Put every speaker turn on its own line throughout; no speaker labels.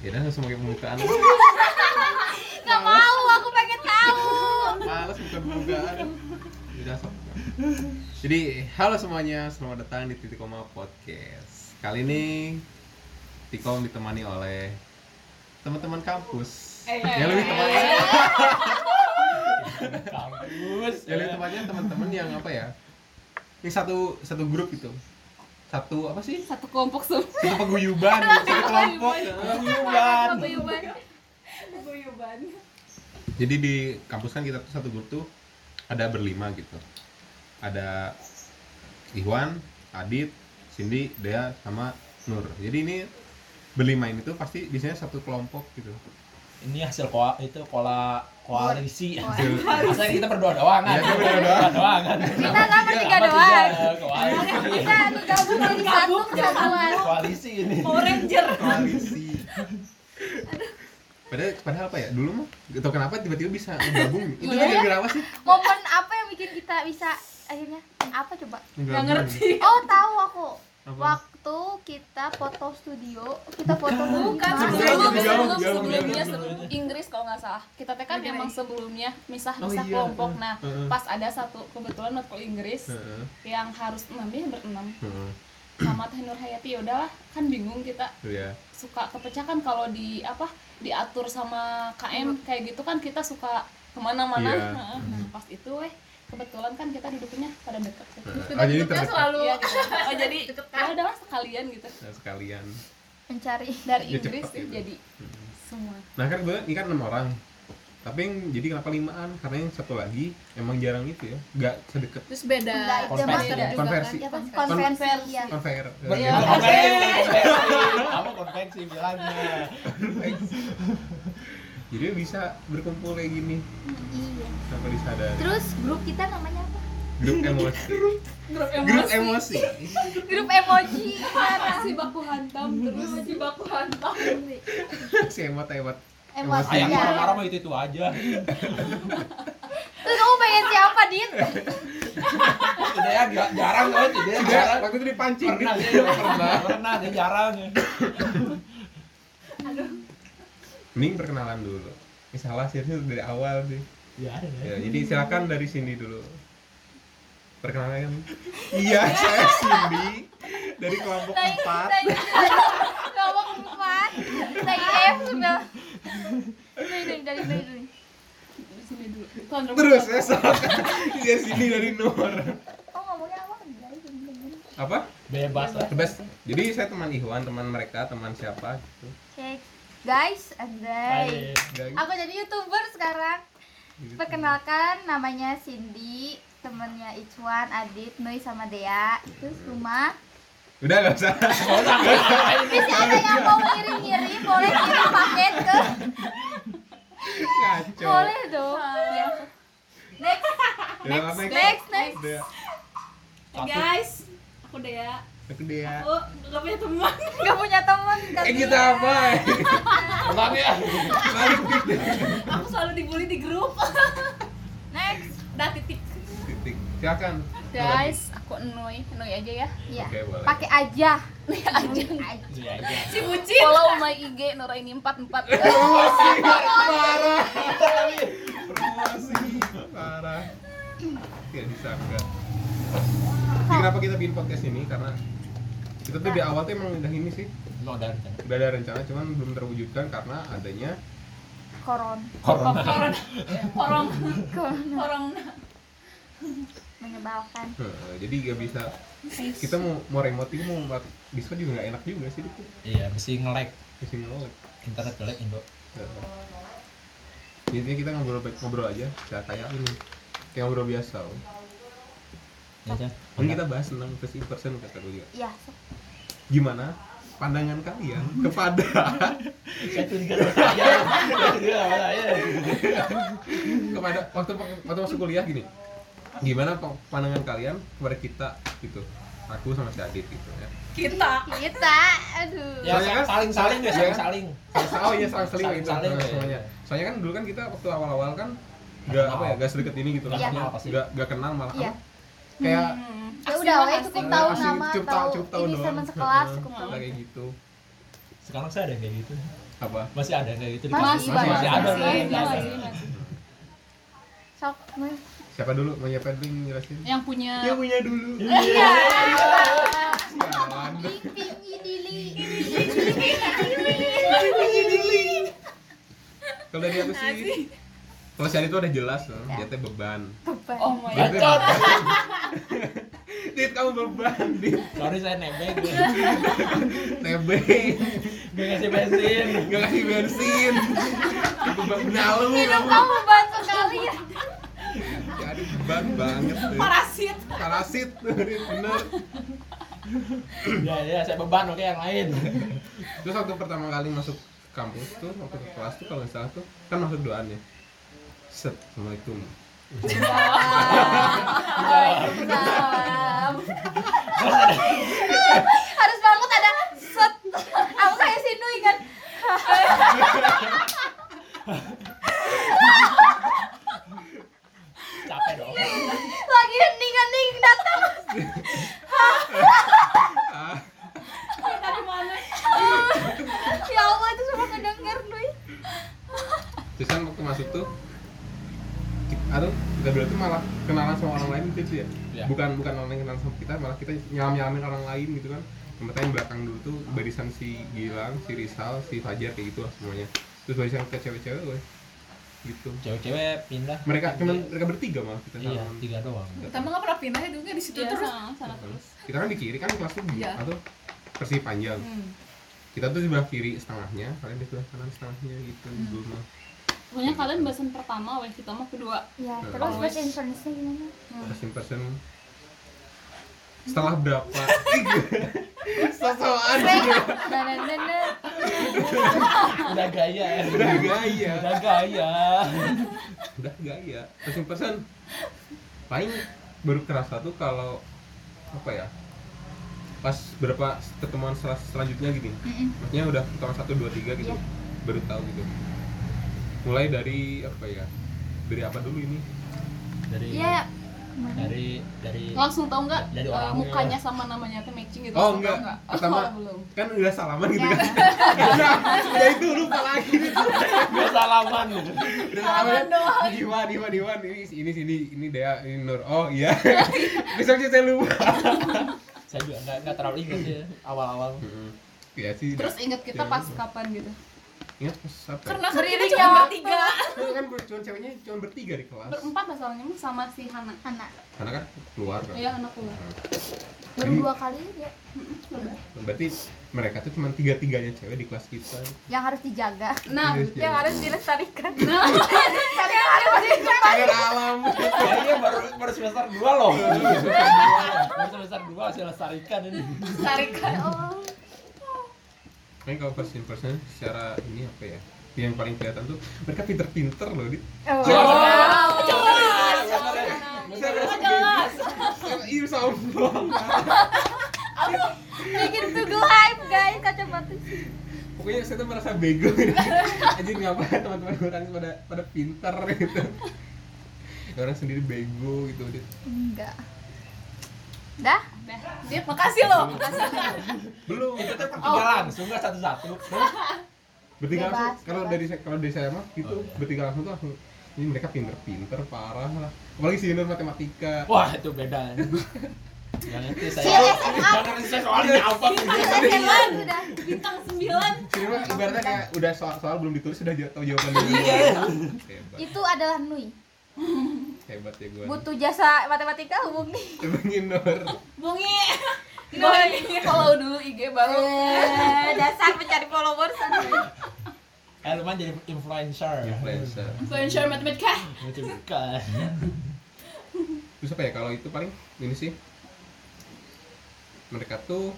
Ya udah langsung pakai pembukaan.
Gak mau, aku pengen tahu.
Males bukan pembukaan.
Ya udah sok. Jadi halo semuanya, selamat datang di Titik Koma Podcast. Kali ini Tikom ditemani oleh teman-teman kampus.
Eh,
ya lebih tepatnya,
Kampus.
ya lebih tepatnya teman-teman yang apa ya? Ini satu satu grup gitu. Satu apa sih?
Satu kelompok semua.
Satu paguyuban, satu kelompok.
Paguyuban.
Paguyuban. Paguyuban.
Jadi di kampus kan kita tuh satu grup tuh ada berlima gitu. Ada Iwan, Adit, Cindy, Dea, sama Nur. Jadi ini berlima ini tuh pasti biasanya satu kelompok gitu.
Ini hasil koa itu kola koalisi.
Hasil-
Masa kita berdua doang kan?
Iya, kita berdua doang.
doang kan?
Kita kan bertiga
Sama
doang.
tiga, eh, Koalisi.
Kita digabung jadi satu
Iya,
kesatuan.
Koalisi ini.
Ranger.
Koalisi. Padahal, padahal apa ya? Dulu mah gak tau kenapa tiba-tiba bisa gabung. Itu
Iya.
gara-gara apa sih?
Momen apa yang bikin kita bisa akhirnya apa coba?
Gak
Oh tahu aku.
Apa?
Waktu kita foto studio, kita foto
Bukan
Bukan, sebelum,
sebelum, sebelum,
sebelum,
sebelumnya
sebelum.
sebelum Inggris kalau nggak salah. Kita teh kan
Bagaimana?
emang sebelumnya
Oh,
misah-misah
iya.
kelompok. Nah,
Heeh.
pas ada satu kebetulan waktu Inggris
Heeh,
yang harus enam ya berenam
heeh,
sama Teh Nur Hayati ya udahlah kan bingung kita
tuh ya.
suka kepecahkan kalau di apa diatur sama KM kayak gitu kan kita suka kemana-mana.
Iya.
Heeh. Nah, pas itu weh kebetulan kan kita duduknya pada deket.
Heeh. Oh, jadi
Duduknya
terdekat.
selalu
Iya, gitu.
oh jadi ya udahlah sekalian gitu.
Nah, sekalian.
mencari.
Dari
Ya,
Inggris
cepet
sih
gitu.
jadi
Heeh.
semua.
Nah kan gue ini kan enam orang. Tapi yang jadi kenapa limaan? Karena yang satu lagi emang jarang itu ya, nggak sedekat
terus beda
Beda, itu
beda
konversi.
juga kan.
Konversi.
Ya kan
Kon-
konvensi ya.
Konver.
Iya,
Iya.
konvensi. Kamu konvensi bilangnya.
Jadi bisa berkumpul kayak gini
Iya.
tanpa disadari.
Terus grup kita namanya apa?
Grup emosi.
Grup
Grup emosi.
Grup emoji.
si baku hantam terus si baku hantam
si emot emot.
Emosi
Ayang
ya.
marah-marah mah itu itu aja.
Terus kamu pengen siapa, Dit?
Tidak ya jar- jarang banget, tidak ya
Enggak,
jarang.
aku tuh dipancing.
Pernah iya, dia pernah, pernah dia jarang.
Mending perkenalan dulu. Ini salah sih harusnya dari awal sih.
Ya,
Ya, jadi silakan dari sini dulu. Perkenalan. Iya, saya Cindy dari kelompok
Dari-
empat.
dari- kelompok empat dari F sudah dari dari dari dari dari.
sini dulu tuan rumah
Terus eh? saya salah. Dari sini dari nomor.
oh ngomongnya apa dari dari dari.
Apa?
Bebas lah.
Bebas. Jadi saya teman Iwan, teman mereka, teman siapa gitu.
Cek guys and
Hai.
Gak-
day aku jadi youtuber sekarang
gitu.
perkenalkan namanya Cindy temennya Ichwan, Adit, Nui sama Dea terus rumah
Udah gak usah.
bisa ada
Iya.
yang mau ngirim-ngirim boleh kirim paket ke
Kacau.
boleh dong next
Udah apa, next.
next next
Udah.
guys aku Dea
Aku dia.
aku gak punya teman
gak punya temen
Eh
gantian.
kita apa?
Ulang ya.
Balik
aku selalu dibully di grup
next
dah titik
titik. Silakan.
guys aku Enoi Enoi aja ya
ya
Oke, boleh.
pakai aja
aja
aja
Iya, iya.
si bucin follow my IG Nuraini 44
Ya
Promosi parah. Promosi parah. Tidak disangka. Jadi kenapa kita bikin podcast ini? Karena kita tuh
Nah.
di awal tuh emang udah ini sih
Lo ada rencana?
udah ada rencana cuman belum terwujudkan karena adanya
koron
Corona.
korona korong
Koron.
korong
menyebalkan
Heeh, eh, jadi gak bisa kita mau mau remote ini mau buat bisa juga nggak enak juga sih itu
Iya, mesti nge-lag.
mesti ngelag
Internet nge-lag Indo.
Heeh. jadi Eh, kita ngobrol ngobrol aja kayak kayak ini kayak ngobrol biasa loh
Ya, Chan?
Ini kita bahas tentang first impression kata gue juga
ya
gimana pandangan kalian kepada
Saya curiga sama saya. Saya curiga sama saya.
kepada waktu waktu masuk kuliah gini gimana pe- pandangan kalian kepada kita gitu aku sama si Adit gitu ya
kita
kita aduh
Ya,
Soalnya kan-
saling-saling deh,
Iya kan?
saling-saling.
oh iya saling seling gitu
Saling-saling,
Nah,
iya.
semuanya soalnya kan dulu kan kita waktu awal-awal kan nggak
Kenal.
apa ya nggak sedekat ini gitu
Nggak
kan
kenal pasti.
nggak nggak kenal malah
Iya.
kayak
ya udah oke cukup tahu
asing,
nama
cukup
tahu
cukup tahu
ini
doang.
teman sekelas
Heeh,
cukup tahu
kayak gitu
sekarang saya ada kayak gitu
apa
masih ada kayak gitu di kampus.
Masih,
Masih,
masih,
masih ada kan?
masih,
masih
masih,
ada.
masih, masih.
Sok, Mun.
siapa dulu mau siapa dulu yang ngejelasin
Iya.
Yang punya
Ya
Dia punya dulu
Iya.
Sialan.
Iping idili.
kalau dari aku sih kalau Shani itu udah jelas loh
Iya.
dia teh beban
Beban.
Oh my god.
Bacot.
dit kamu beban dit
Sorry saya nebeng, gue
nebeng
gue ngasih bensin.
nggak kasih bensin beban benalu
Hidup
kamu
kamu beban sekali ya.
ya aduh beban banget Dit.
parasit.
parasit Dit, bener
Ya ya saya beban oke yang lain.
terus waktu pertama kali masuk kampus tuh waktu ke kelas tuh kalau nggak salah tuh kan masuk doaan ya set assalamualaikum
Waalaikumsalam. Harus banget ada set. Aku kayak si Nui kan.
Capek dong.
Lagi hening-hening datang.
ah
Dari mana?
Ya Allah itu semua kedenger Nui.
terus kan waktu masuk tuh ki- aduh kita dulu tuh malah kenalan sama orang lain gitu ya
Iya.
bukan bukan orang lain kenalan sama kita malah kita nyalam nyalamin orang lain gitu kan yang belakang dulu tuh barisan si Gilang si Rizal si Fajar kayak gitu lah semuanya terus barisan ke cewek-cewek gue gitu
Cewek-cewek pindah.
mereka cuman mereka bertiga malah kita
iya
salaman.
tiga doang.
Kita mah nggak pernah pindah itu kan di situ
Iya,
terus.
sama, sama terus.
kita kan di kiri kan kelas tuh
Iya.
atau persib panjang
Hmm.
kita tuh di sebelah kiri setengahnya kalian di sebelah kanan setengahnya gitu
Hmm.
dulu mah
Pokoknya kalian bahasan pertama, weh kita mah kedua.
Ya, terus bahasa Indonesia gimana?
person person setelah berapa sosokan
Nah, nah, nah, nah.
Udah gaya ya.
udah gaya
Udah gaya.
udah gaya person person paling baru kerasa tuh kalau apa ya pas berapa pertemuan sel- selanjutnya gini maksudnya udah pertemuan satu dua tiga gitu baru tahu gitu mulai dari apa ya dari apa dulu ini
Dari
Ya,
dari dari
Iya, Langsung tau nggak eh,
Dari orangnya.
mukanya sama namanya tuh matching gitu?
Oh
Langsung
enggak,
tau nggak? Oh, Iya.
pertama
belum.
kan udah salaman gitu kan. Udah, udah itu lupa lagi gitu.
gue salaman.
Udah salaman. Diwan, Diwan, Diwan, ini ini sini, ini Dea, ini Nur. Oh iya. Besok sih saya lupa.
Saya juga nggak nggak terlalu ingat ya awal-awal.
Iya sih.
Terus inget
Iya.
kita pas kapan gitu?
ingat pas apa? ya?
Karena kan kita
Beriring
cuma
ya.
bertiga.
Karena kan ber- cuma ceweknya cuma bertiga di kelas.
Berempat masalahnya sama si Hana.
anak.
Karena kan keluar kan.
Iya, anak keluar.
Baru dua kali ya.
Nah, Berarti mereka tuh cuma tiga-tiganya cewek di kelas kita.
Yang harus dijaga.
Nah,
Terus
Yang
ya.
harus dilestarikan.
nah,
Yang harus
Cair alam.
Kayaknya baru baru semester dua loh. Iya, Baru semester dua loh. Baru semester dua saya lestarikan ini.
Tarikan.
Oh.
Ini kalau first impression secara ini apa ya? Yang paling kelihatan tuh mereka pinter-pinter loh, Dit.
Oh.
Ya.
jelas. Iya sombong.
Bikin Google Hype guys kacamata.
Pokoknya saya tuh merasa bego gitu. Anjir ngapa teman-teman orang pada pada pintar gitu. Ya, Orang sendiri bego gitu. Dit.
Enggak. Dah?
dah.
Dia makasih loh. Makasih.
Belum.
Itu tuh pertiga langsung nggak satu-satu.
Bertiga
Bebas,
langsung. Kalau
bebas.
dari saya- kalau dari saya mah gitu
Oh, iya.
bertiga langsung tuh langsung ini mereka pinter-pinter parah lah. Apalagi si Nur matematika.
Wah itu beda. Yang itu saya.
Iya, SMA.
Yang itu saya soalnya apa?
Sembilan sudah.
Bintang 9.
Si Nur mah ibaratnya kayak udah soal-soal belum ditulis sudah jauh- tahu jawaban
Iya.
Hebat.
Itu adalah Nui.
Hebat ya gue.
Butuh jasa matematika hubungi.
Temenin Nur.
Bungi. Iya.
Boy, Nah, iya. follow dulu IG baru.
Eh, dasar mencari followers.
Eh lumayan jadi influencer.
Influencer.
Influencer matematika.
Itu bukan.
terus apa ya kalau itu paling ini sih mereka tuh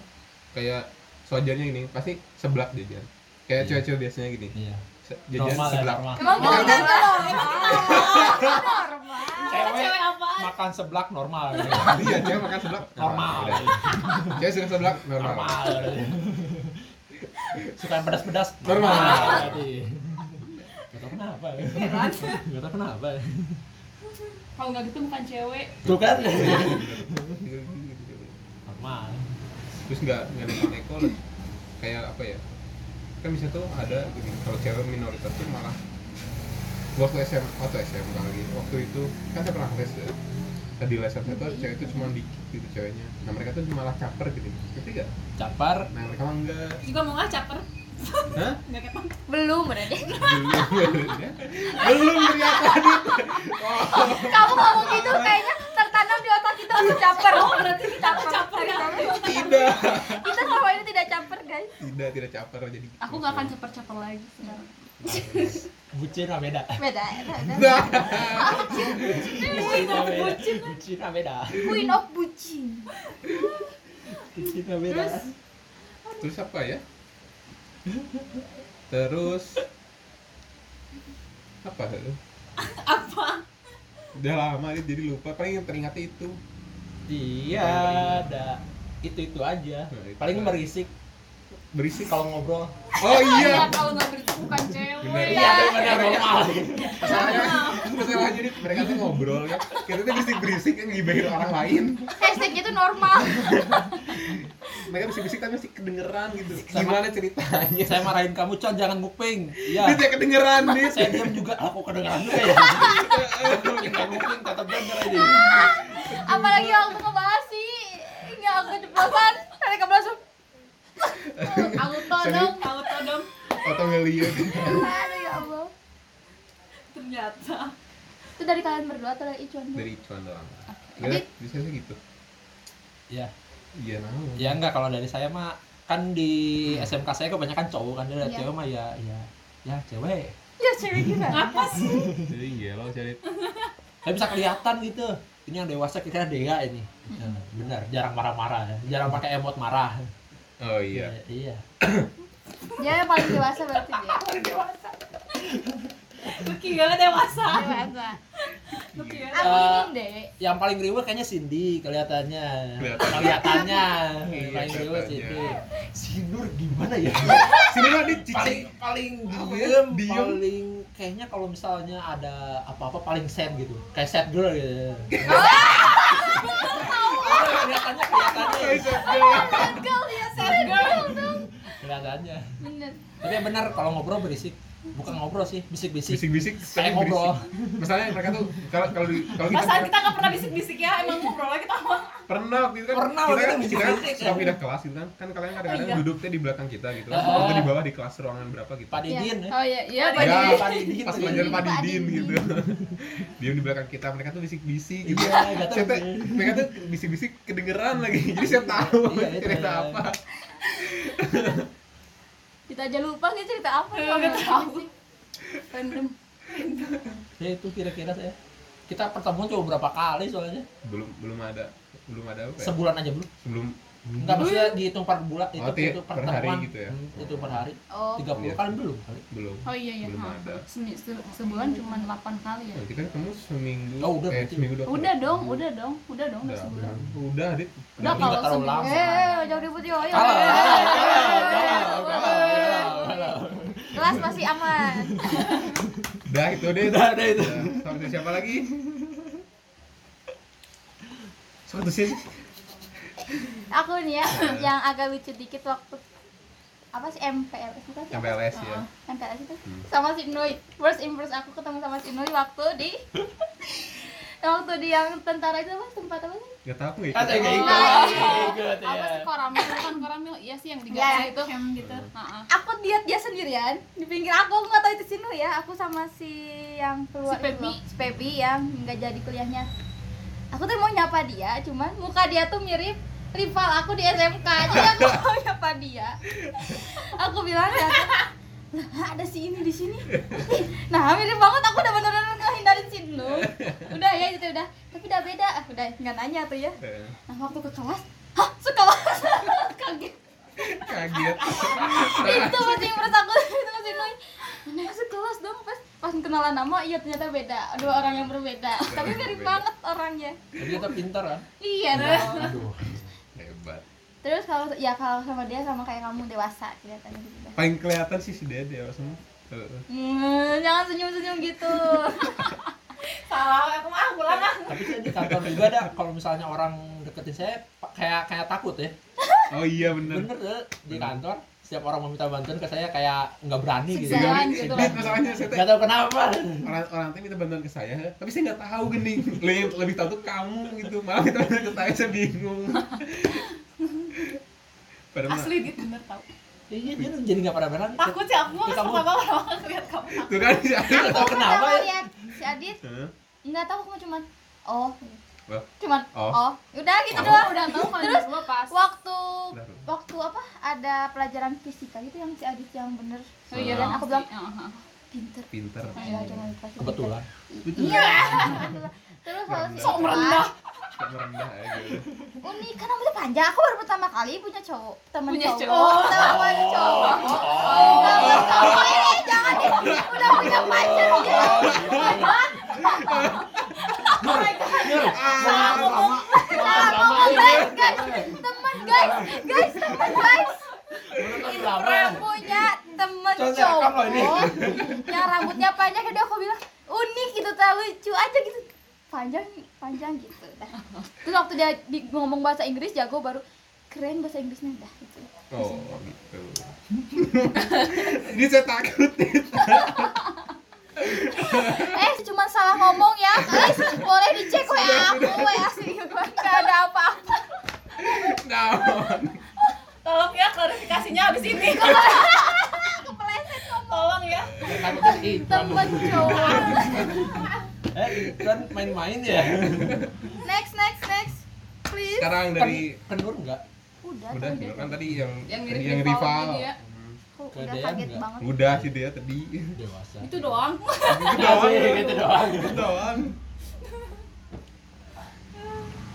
kayak sojarnya ini pasti seblak jajan kayak
Iya.
cewek-cewek biasanya gini
Iya.
se- jajan
Normal ya
seblak
normal.
Emang kita
Normal.
tuh loh. Emang kita normal.
Cewek
Cewek apaan?
makan seblak normal.
iya cewek makan seblak
Normal.
udah. cewek suka seblak normal,
Normal. Suka yang pedas-pedas.
Normal.
Berarti. Gak tau kenapa. Gak tau kenapa.
Kalau nggak gitu bukan cewek.
Tuh kan.
Gitu.
Normal.
Iya. terus nggak nggak neko-neko lah kayak apa ya kan bisa tuh ada gini, kalau cewek minoritas tuh malah waktu SM atau SM kali waktu itu kan saya pernah les ya tadi les saya tuh cewek itu cuma dikit gitu ceweknya nah mereka tuh malah caper gitu ngerti gak?
Capar.
nah mereka mah enggak
juga mau nggak caper
hah?
nggak ketemu
belum berarti
belum belum ternyata Dit. oh.
kamu ngomong gitu kayaknya tertanam di otak kita untuk caper oh berarti kita caper
tidak
kita selama ini tidak caper guys
tidak tidak caper jadi
Aku gak akan caper-caper lagi sekarang.
Bucin lah beda.
beda beda
nah
Bucin lah beda. Bucin lah beda.
queen of bucin
Bucin lah beda.
terus apa ya terus apa itu apa udah lama dia jadi lupa paling yang teringatnya itu
Dia Iya, ada itu itu aja.
Nah, itu
Paling
aja.
berisik
berisik
kalau ngobrol.
oh iya
kalau nggak berisik bukan cewek.
Iya,
Bener.
Iya.
benar normal.
masalahnya masalahnya jadi mereka tuh ngobrol ya kita tuh berisik berisik yang ngibahin orang lain
hashtagnya tuh normal
mereka berisik berisik tapi masih kedengeran gitu
Sama-
gimana ceritanya
Saya marahin kamu, Con, jangan nguping.
dia
Iya.
tidak kedengeran nih
Saya diam juga, aku kedengeran juga ya. Nguping, nggak nguping, tetap denger aja.
apalagi waktu ngebahas sih nggak aku keceplosan mereka langsung
auto
Sorry.
dong auto dong
atau ngeliat
aduh ya allah
ternyata
itu dari kalian berdua atau dari Icuan
dari cuan doang Kira bisa sih gitu
Iya.
iya nah
Ya enggak kalau dari saya mah kan di SMK saya kebanyakan cowok kan dari
Hmm. Iya.
cewek mah ya ya ya cewek.
ya cewek gimana
apa sih
jadi gelo cari
Tapi bisa kelihatan gitu. Ini yang dewasa kita Dea ini.
Hmm.
Nah, benar, jarang marah-marah ya. Jarang pakai emot marah.
oh iya
Iya.
dia yang paling dewasa berarti dia
Lucky ya, gak dewasa
dewasa
Lucky ya
aku ingin deh
Eh, Yang paling riweuh kayaknya Cindy kelihatannya.
Kelihatannya.
Kelihatannya.
Iya,
paling riweuh
kelihatannya.
Cindy. Si Nur gimana ya?
sini mah dia cici
paling paling
Apa ya?
diem,
Diem.
paling kayaknya kalau misalnya ada apa-apa paling sad gitu. Kayak sad girl gitu. kelihatannya kelihatannya.
girl ya
Kelihatannya.
bener
Tapi yang benar kalau ngobrol berisik. Bukan ngobrol sih, bisik-bisik.
bisik-bisik
Kayak ngobrol.
misalnya mereka tuh kalau kalau di- kalau kita
Perasaan kita gak pernah bisik-bisik ya, emang ngobrol lagi kita mah
pernah waktu itu kan
Pernah
kita
waktu
kan
itu
kita kan
bisik-bisik.
suka pindah kelas gitu kan kan kalian kadang-kadang
iya.
duduknya di belakang kita gitu
Ah.
waktu di bawah di kelas ruangan berapa gitu
Pak Didin ya.
Oh iya, iya
Ya,
Pak
Pak Didin.
pas
Pak
belajar
Didin.
Pak
Pak
Didin
Didin.
gitu diem di belakang kita mereka tuh bisik-bisik gitu
Iya, nggak tahu.
saya tuh- mereka tuh bisik-bisik kedengeran lagi jadi saya tahu
Iya, itu.
cerita apa
kita aja lupa sih cerita apa
Iya, nggak tahu.
Iya, Random.
Ya itu kira-kira saya. Kita pertemuan cuma berapa kali soalnya.
belum belum ada belum ada apa ya?
Sebulan aja belum.
sebelum
Enggak maksudnya dihitung per bulan, itu
Hmm. Oh, ti-
itu
per hari gitu ya?
Hmm, itu per hari.
oh
30
Iya.
kali belum kali.
belum
Oh iya iya.
Belum
ha.
ada.
Semi- se- sebulan cuma 8 kali ya.
Nah, kita ketemu seminggu
Oh, udah
eh
berarti.
seminggu dua kali.
Udah dong, udah dong, udah
udah
dong udah
udah
sebulan.
udah dit
Udah
Tapi nggak
kalau
terlalu
sebulan.
lama.
eh jauh ribut yo ayo
Kalah, kalah, kalah, kalah, kalah, kalah.
kelas masih aman
udah itu dit
Udah ada itu.
Udah. sama siapa lagi satu sih
aku nih ya yang agak lucu dikit waktu apa sih MPLS bukan sih
MPLS ya
Ah.
MPLS itu
Hmm.
sama si Noi first impress aku ketemu sama si Noi waktu di waktu di yang tentara itu apa tempat apa sih
nggak tahu nggak
Ada
ikut
yang ikut. Ikut
Apa
ya.
sih koramil? Bukan koramil, iya sih yang
Iya,
digasak itu.
Iya. gitu
Heeh.
aku lihat dia sendirian di pinggir aku aku nggak tahu itu si Noi ya aku sama si yang
Si
keluar itu
Pepi.
loh. si Pepi yang nggak jadi kuliahnya aku tuh mau nyapa dia cuman muka dia tuh mirip rival aku di SMK jadi aku mau nyapa dia aku bilang ya nah ada si ini di sini Ih, nah mirip banget aku udah bener-bener ngehindarin si Noi udah ya itu udah tapi udah beda Ah, udah nggak nanya tuh ya
Eh,
nah waktu ke kelas hah sekelas kaget
kaget
itu masih impress aku itu masih noy nah sekelas dong pas pas kenalan nama iya ternyata beda dua orang yang berbeda tapi mirip
berbeda.
banget orangnya
Tapi kita pintar kan.
iya Ren.
Aduh.
hebat
terus kalau ya kalau sama dia sama kayak kamu dewasa kelihatannya gitu dah.
paling kelihatan sih si Dede ya semua
Hmm, jangan senyum-senyum gitu
Salah, aku mah pulang ah
Tapi saya di kantor juga ada kalau misalnya orang deketin saya pa- kayak kayak takut ya.
oh iya bener
Bener deh di kantor setiap orang meminta bantuan ke saya kayak nggak berani gitu.
Sejalan gitu
Dit, masalahnya saya teh
Gak tau kenapa.
orang orang teh minta bantuan ke saya, tapi saya nggak tahu gini. Lebih lebih tahu tuh kamu gitu. Malah minta bantuan ke saya, saya bingung. Padahal mah-
Asli dit bener tau.
Iya dia jadi nggak pada berani.
Takut sih aku mah
Kita
pas
mau-
pertama pertama kali lihat kamu.
tuh kan si Adit.
Gak tau kenapa
Pertama
ya.
lihat si Adit
Hah?
nggak tahu aku cuman oh
Wah.
cuman
Oh.
oh, udah gitu
Oh.
doang
udah tahu kalau
Terus-
dua pas
waktu
Bentar.
waktu apa ada pelajaran fisika gitu yang si Adit yang bener
Oh iya,
dan aku
pasti.
bilang
Aha.
pinter
Pinter.
Gila, jangan lupa sih, pinter."
Kebetulan.
iya terus kalau si
Sok
Irfan,
merendah.
Sok merendah ya gitu.
unik kan rambutnya panjang aku baru pertama kali punya cowok temen
Punya
cowok,
cowok.
Oh.
Pertama kali punya cowok Enggak, bukan cowok ini jangan di- udah punya pacar dia
Nur, Nur,
Ah,
lama, lama,
guys guys temen guys guys temen guys
lama.
Aku punya temen
Cowok
cowok
cakep loh ini.
yang rambutnya panjang jadi aku bilang unik gitu tak lucu aja gitu panjang panjang gitu dah terus waktu dia di- ngomong bahasa Inggris jago baru keren bahasa Inggrisnya dah gitu
Oh gitu. Ini saya takut.
eh cuma salah ngomong ya guys boleh dicek wa aku wa asli gue nggak ada apa-apa
Nah,
Tolong ya klarifikasinya abis ini.
kepleset
Tolong ya.
Takutnya iklan.
temen cowok
Eh, iklan main-main ya.
next next next please
sekarang dari
Ken- kenur Kan, nggak?
udah
udah
tadi.
kan tadi yang
Yang
tadi
mirip
yang
rival
rival.
tadi ya.
Hmm.
aku udah
Kegedean
kaget
nggak?
banget
Udah sih dia tadi.
Dewasa.
itu doang
Itu
Iya sih,
doang.
gitu doang.
Itu doang.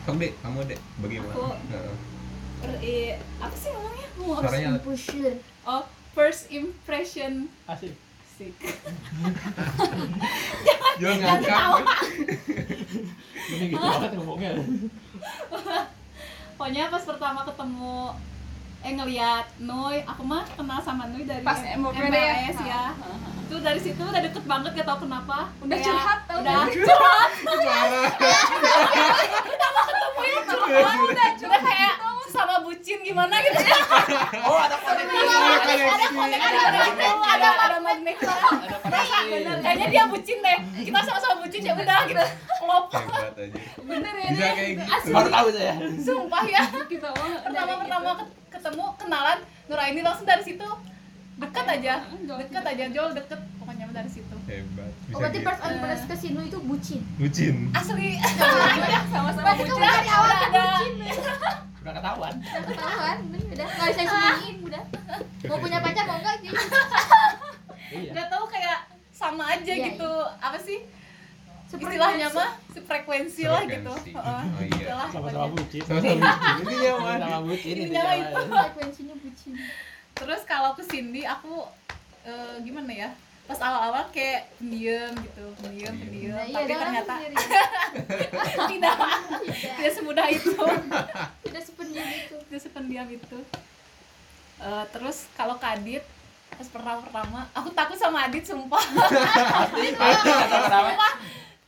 Kamu dek, kamu dek, bagaimana?
Aku.
Heeh.
Er, eh, apa sih ngomongnya? Mau apa sih?
Suaranya
pusher
Oh, first impression
Asik.
sih.
jangan ngangkat.
Ini gitu banget ngomongnya.
Pokoknya pas pertama ketemu eh ngeliat Nui, aku mah kenal sama Nui dari
pas
M-
mau
MBS ya. Itu dari situ udah deket banget gak tau kenapa.
Udah
Iya.
Kayak,
curhat, tau
udah.
Parah.
udah curhat kayak sama bucin gimana gitu.
Oh, ada koneksi.
Iya,
Parah, koneksi.
ada ada gitu, ada ada magnet lah. Iya,
Ada koneksi.
Kayaknya dia bucin deh. Kita sama-sama bucin ya udah gitu. Klop.
Hebat aja.
bener ya
Bisa
deh.
kayak gitu.
Baru tahu saya.
Sumpah ya.
kita banget
pertama pertama ket- ketemu kenalan Nuraini langsung dari situ deket aja deket aja jauh deket pokoknya dari situ
Hebat.
oh
Bisa
berarti
gitu.
first impression ke Sinu itu bucin
Bucin.
asli
sama-sama
berarti kamu dari awal udah bucin ya
Udah ketahuan.
udah ketahuan udah nggak bisa sembunyiin udah
Ah,
mau punya pacar mau enggak sih
Iya.
nggak tahu kayak sama aja
Iya,
gitu apa sih
Seperti
istilahnya mah sefrekuensi lah gitu
Frekuensi.
Heeh.
Oh iya.
Itulah
Sama-sama
pokoknya.
bucin.
Sama-sama bucin. Ini ya, Wan.
Sama-sama bucin.
Ini
intinya
nyalain.
mah.
frekuensinya bucin
terus kalau ke Cindy aku eh, gimana ya pas awal-awal kayak pendiam gitu pendiam pendiam
Nah, iya
tapi
dengan
ternyata
sendiri
tidak tidak semudah itu
tidak sepenuhnya itu
dia sependiam itu Eh, terus kalau ke Adit pas pertama pertama aku takut sama Adit sumpah
Nggak tahu kenapa.
sumpah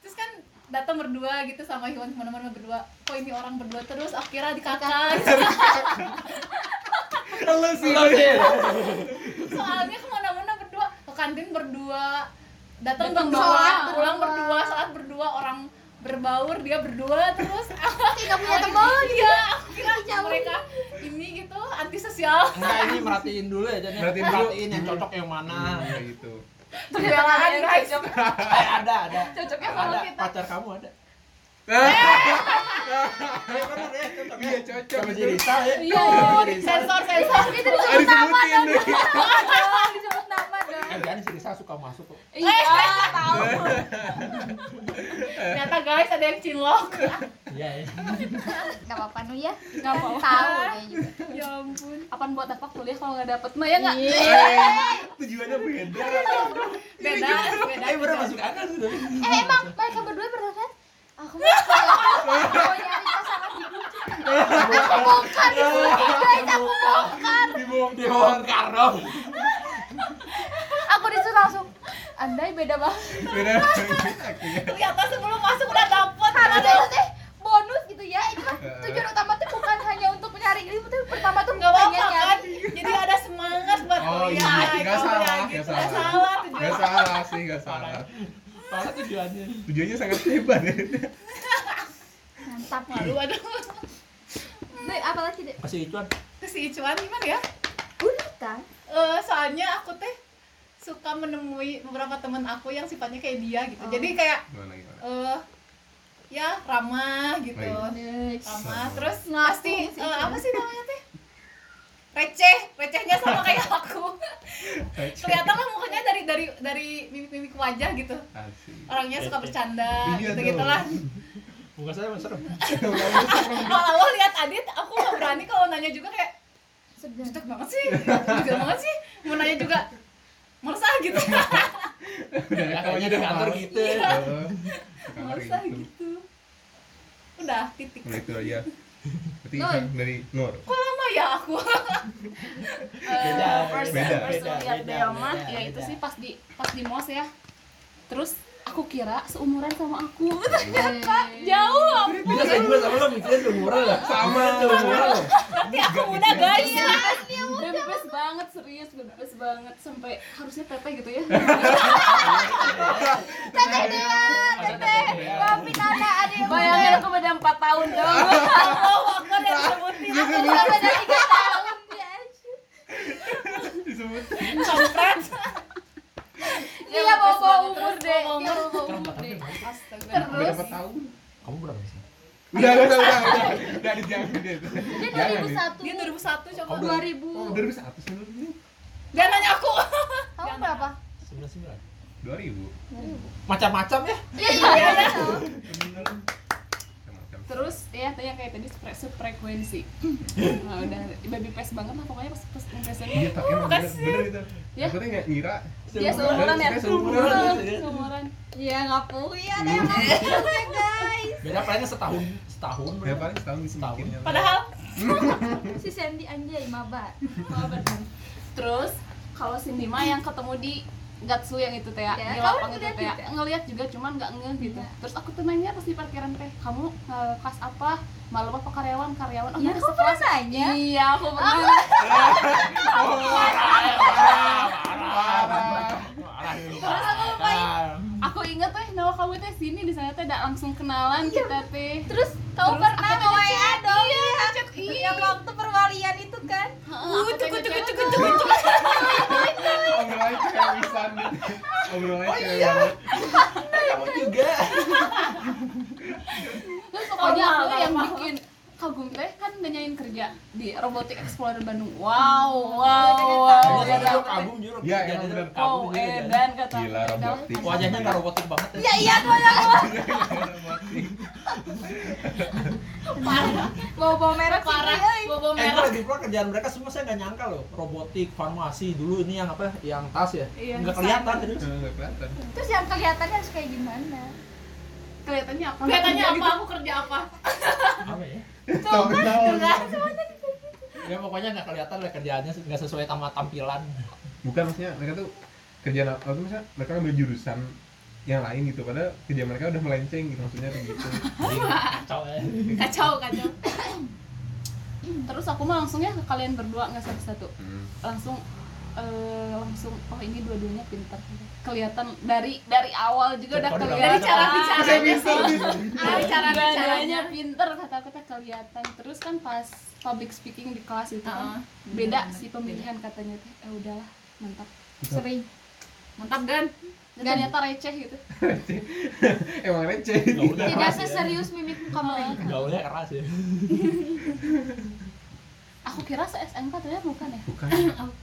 terus kan datang berdua gitu sama Iwan kemana-mana berdua kok ini orang berdua terus akhirnya di kakak
Halo sih.
Nggak sih.
soalnya kemana-mana berdua ke kantin berdua datang
Datang
berdua
berdua.
pulang berdua saat berdua orang berbaur dia berdua terus
kayak nggak punya teman
iya aku kira mereka ini gitu antisosial
Enggak ini merhatiin dulu ya, Jan.
Merhatiin
Merhatiin,
dulu.
yang cocok yang mana.
Nah, gitu.
pembelaan guys
Eh, ada, ada.
cocoknya sama
Ada
kita
pacar kamu ada. Iya benar ya, cocoknya.
Iya, cocok.
Sama Jirita ya.
Iya, sensor sensor
itu
Ah,
disebut nama
disebutin deh.
dong disebut nama dong
Eh, jangan si Risa suka masuk kok.
iya tahu
ternyata guys ada yang cinlok
Iya, iya.
nggak apa-apa nu ya
nggak apa-apa
tahu dia juga
ya ampun
apaan buat apa kuliah kalau nggak dapet mah ya nggak
Iya.
Eh, Tujuannya beda.
beda
Iya, gitu.
beda
Eh, bener masuk akal sih. tapi.
eh emang mereka berdua pernah kan aku mau kayak- mau nyari pasangan di bucin aku bukan
Dibongkar.
Dibongkar dong.
aku disuruh langsung andai beda banget
Beda. Akhirnya.
ternyata sebelum masuk udah dapet
karena itu teh bonus gitu ya itu kan tujuan utama tuh bukan hanya untuk mencari ilmu tapi pertama tuh
nggak apa-apa
pengen
kan
nyari
jadi ada semangat
iya, nggak
Iya, itu
salah,
udah
nggak
gitu.
salah.
Nggak salah
Nggak
tujuan.
salah sih, nggak salah.
Parah tujuannya.
Tujuannya sangat hebat ya.
mantap
Malu aduh.
Doi, apalagi deh
Kasih icuan.
Terus si Icuan gimana ya?
udah kan
Eh, soalnya aku teh suka menemui beberapa teman aku yang sifatnya kayak dia gitu.
Oh.
Jadi kayak
Gimana gimana?
eh ya ramah gitu.
Oh,
Ramah terus
Ngaku
pasti
si
eh,
Icuan.
apa sih namanya teh? Receh, recehnya sama kayak aku. Kelihatan lah mukanya dari dari dari mimik-mimik wajah gitu.
Asik.
Orangnya suka
Receh.
bercanda gitu,
Iya
gitu-gitu
dong.
lah.
Muka saya Iya, masih serem.
Kalau lihat Adit, aku nggak berani kalau nanya juga kayak
segar
jutek banget sih, jutek banget sih. Mau nanya juga, males ah gitu.
Ya, kayaknya di kantor gitu.
Oh, kamar
Masa
gitu.
gitu. Udah, titik.
Nah, itu aja. Berarti
Nur.
Ihsan dari Nur.
Lama ya aku.
Beda,
first
beda,
first
beda,
lihat
beda,
dia mah,
beda,
ya itu
beda.
sih pas di pas di mos ya terus aku kira seumuran sama aku jauh
Bisa saya juga sama lo mikirin umuran lah. Sama umuran lo.
Berarti aku muda guys.
Iya,
bebas banget serius bebas banget sampai harusnya pepe gitu ya
Iya.
teteh dea teteh maafin ada ada yang
bayangin aku beda 4 tahun
Aku
dong
udah disebutin.
aku udah beda tiga tahun dia
Disebut.
iya.
Kampret.
dia bawa bawa umur
Iya,
Bawa
deh dia
umur.
bawa bawa umur deh
Astaga.
Berapa tahun?
Kamu berapa sih?
Udah, udah, udah, udah. Udah dijamin deh.
Iya, dia dua
Jangan
ribu
deh.
satu
Dia 2001 coba.
dua ribu
Oh, 2001 sih Nur.
Jangan nanya aku.
kamu berapa
99.
2000.
Macam-macam ya.
iya iya
Bener. Macam-macam.
terus ya tanya kayak tadi spre- sefrekuensi nah, udah baby face banget lah pokoknya pas pas impressionnya
Iya, tapi emang bener, bener itu.
Ya.
Aku tuh nggak ngira.
Dia seumuran ya?
Dia seumuran.
Ah, seumuran
iya ngapu iya ada yang ngapu guys
Beda palingnya setahun, setahun.
Ya paling setahun bisa
Setahun.
mikirnya.
Padahal
si Sandy anjay mabar
Mabar. terus kalau Cindy mah yang ketemu di Gatsu yang itu teh, ya,
Ya,
di
kamu
lapang itu
ngeliat
teh,
juga.
ngelihat juga cuman nggak ngeh gitu.
Ya.
Terus aku tuh nanya pas di parkiran teh, kamu eh, kelas apa? Malam apa karyawan? Karyawan?
iya
nanti
aku pernah nanya Ah.
Iya, aku pernah.
Eh,
Aku inget teh, nawa kamu teh sini di sana teh, nggak langsung kenalan
Iya.
kita teh.
terus kamu
Terus
pernah
aku
ke
ngechat.
WA dong iya yang waktu perwalian itu kan
uh,
Aku teh ngechat tuh.
Obrolannya kayak bisa Obrolannya kayak banget.
Kamu juga.
Terus pokoknya
Normal,
aku yang
normal.
bikin kagum teh kan nanyain kerja di Robotic Explorer Bandung.
Hmm.
Wow, wow,
Jadi
Jadi tahu.
wow.
itu kagum juru.
Iya, emang bener.
Wow,
Kagum juga, jadi.
edan kata.
Gila robotik.
Wajahnya nggak robotik banget ya.
ya iya tuh ya
Robotik.
bawa bawa merek
parah.
sih, euy.
Bobo
Eh, itu
merah.
lagi pula kerjaan mereka semua saya nggak nyangka loh robotik farmasi dulu ini yang apa yang tas ya
Iya,
nggak
desain.
kelihatan terus
Eh, nggak kelihatan.
terus yang kelihatannya harus kayak gimana
Kelihatannya apa?
Kelihatannya
gitu?
apa? Aku kerja apa?
apa ya
Tahu tahu.
ya pokoknya nggak kelihatan lah kerjaannya nggak sesuai sama tampilan
Bukan maksudnya mereka tuh kerjaan apa tuh maksudnya mereka ngambil jurusan yang lain gitu padahal kerja mereka udah melenceng gitu maksudnya kayak gitu.
Jadi, kacau ya
Kacau, kacau.
Terus aku mah langsung ya ke kalian berdua nggak satu-satu.
Hmm.
Langsung eh, langsung oh ini dua-duanya pintar kelihatan dari dari awal juga udah
Dari
Dari
kelihatan
cara
Ah,
bicaranya sih. Dari cara bicaranya.
dua-duanya pinter kata aku teh kelihatan terus kan pas public speaking di kelas itu
Ah,
kan beda
bener-bener.
sih pemilihan katanya teh eh udahlah mantap
sering
Mantap, Gan.
Dan ternyata receh gitu
Emang receh.
Gaulnya
tidak
keras ya.
seserius mimik muka mereka
gaulnya keras ya
aku kira se SMK ternyata bukan ya
Bukan.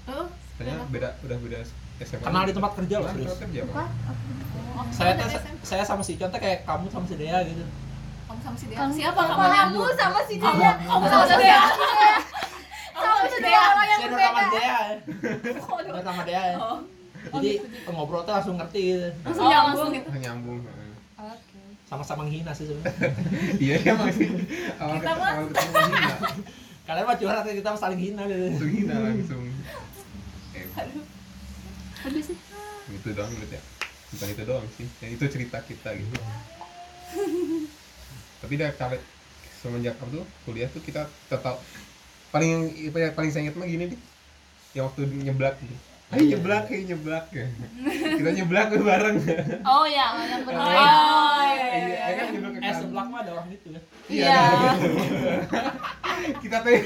Oh,
Ternyata beda udah beda SMA.
kenal di tempat kerja loh
Kenal di
terus
tempat kerja.
Apa?
Bang.
saya teh saya sama si Icon teh kayak kamu sama si Dea gitu
kamu sama si Dea.
Kamu-
Siapa
Apa
kamu?
kamu sama si
Kamu-
Dea
kamu
sama
sama
si
Dea.
Dea sama si Dea orang yang
saya udah sama
berbeda
Dea ya Udah sama Dea ya
Oh.
jadi ngobrol teh langsung ngerti gitu
Langsung
Oh,
nyambung
langsung.
gitu.
Nyambung.
oke
sama-sama menghina sih sebenarnya
Iya emang sih. Awal
Kita
ketemu
mah-
awal ketemu hina.
kalian mah curhat ya, kita mah saling hina gitu
Langsung hina langsung. Eh,
udah sih
gitu doang menurut ya bukan itu doang sih ya, itu cerita kita gitu tapi dari kali semenjak apa tuh kuliah tuh ya, kita tetap paling yang paling saya ingat mah gini deh yang waktu nyeblak gitu ayo nyeblak ayo nyeblak kita nyeblak bareng
Oh ya, yang benar.
Oh,
Oh, iya,
Iya,
iya,
kan
iya.
nyeblak ke
eh
kanan.
sebelah mah ada orang itu ya
Iya.
kita tadi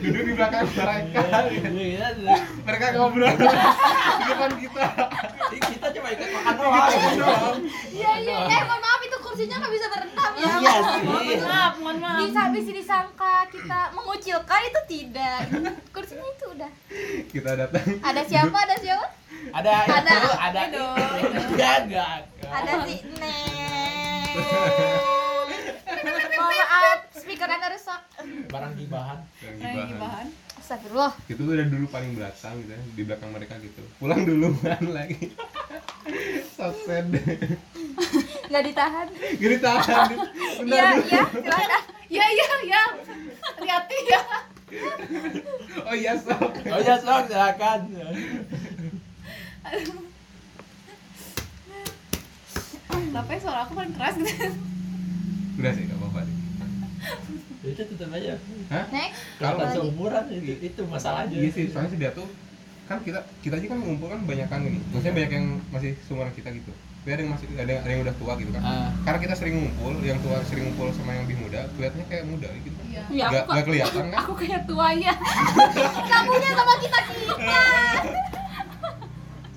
duduk di belakang mereka
Iya,
mereka ngobrol di depan kita
iya. kita cuma ikut makan doang
Iya, iya. Eh, mohon maaf itu kursinya nggak bisa berendam ya.
iya sih
mohon maaf mohon maaf
Bisa habis disangka kita mengucilkan itu tidak. Kursinya itu udah.
kita datang
Ada siapa? Ada siapa?
ada
Ada.
itu ada itu ada enggak
Ada si Neng. Mohon maaf, speaker Anda rusak.
barang gibahan
Yang
Nah,
Eh,
ini
gibahan.
bahan
Astagfirullah.
itu tuh udah dulu paling belakang gitu ya, di belakang mereka gitu pulang duluan lagi so sad
Nggak ditahan.
gini tahan bentar
Iya,
dulu
iya, silakan.
ya ya ya hati-hati ya
oh iya sok
oh ya sok silakan
tapi suara aku paling keras gitu
udah sih gak apa-apa deh
itu tetap aja
hah
Next.
kalau
kalau seumuran itu itu masalahnya
iya sih soalnya sih dia tuh kan kita kita aja kan ngumpul kan banyak kan ini maksudnya banyak yang masih seumuran kita gitu tapi ada yang masih ada yang, ada yang udah tua gitu kan
Ah.
karena kita sering ngumpul yang tua sering ngumpul sama yang lebih muda kelihatannya kayak muda gitu
iya
Ya,
nggak
aku,
nggak kelihatan kan
aku kayak tua ya.
Kamunya sama kita kita.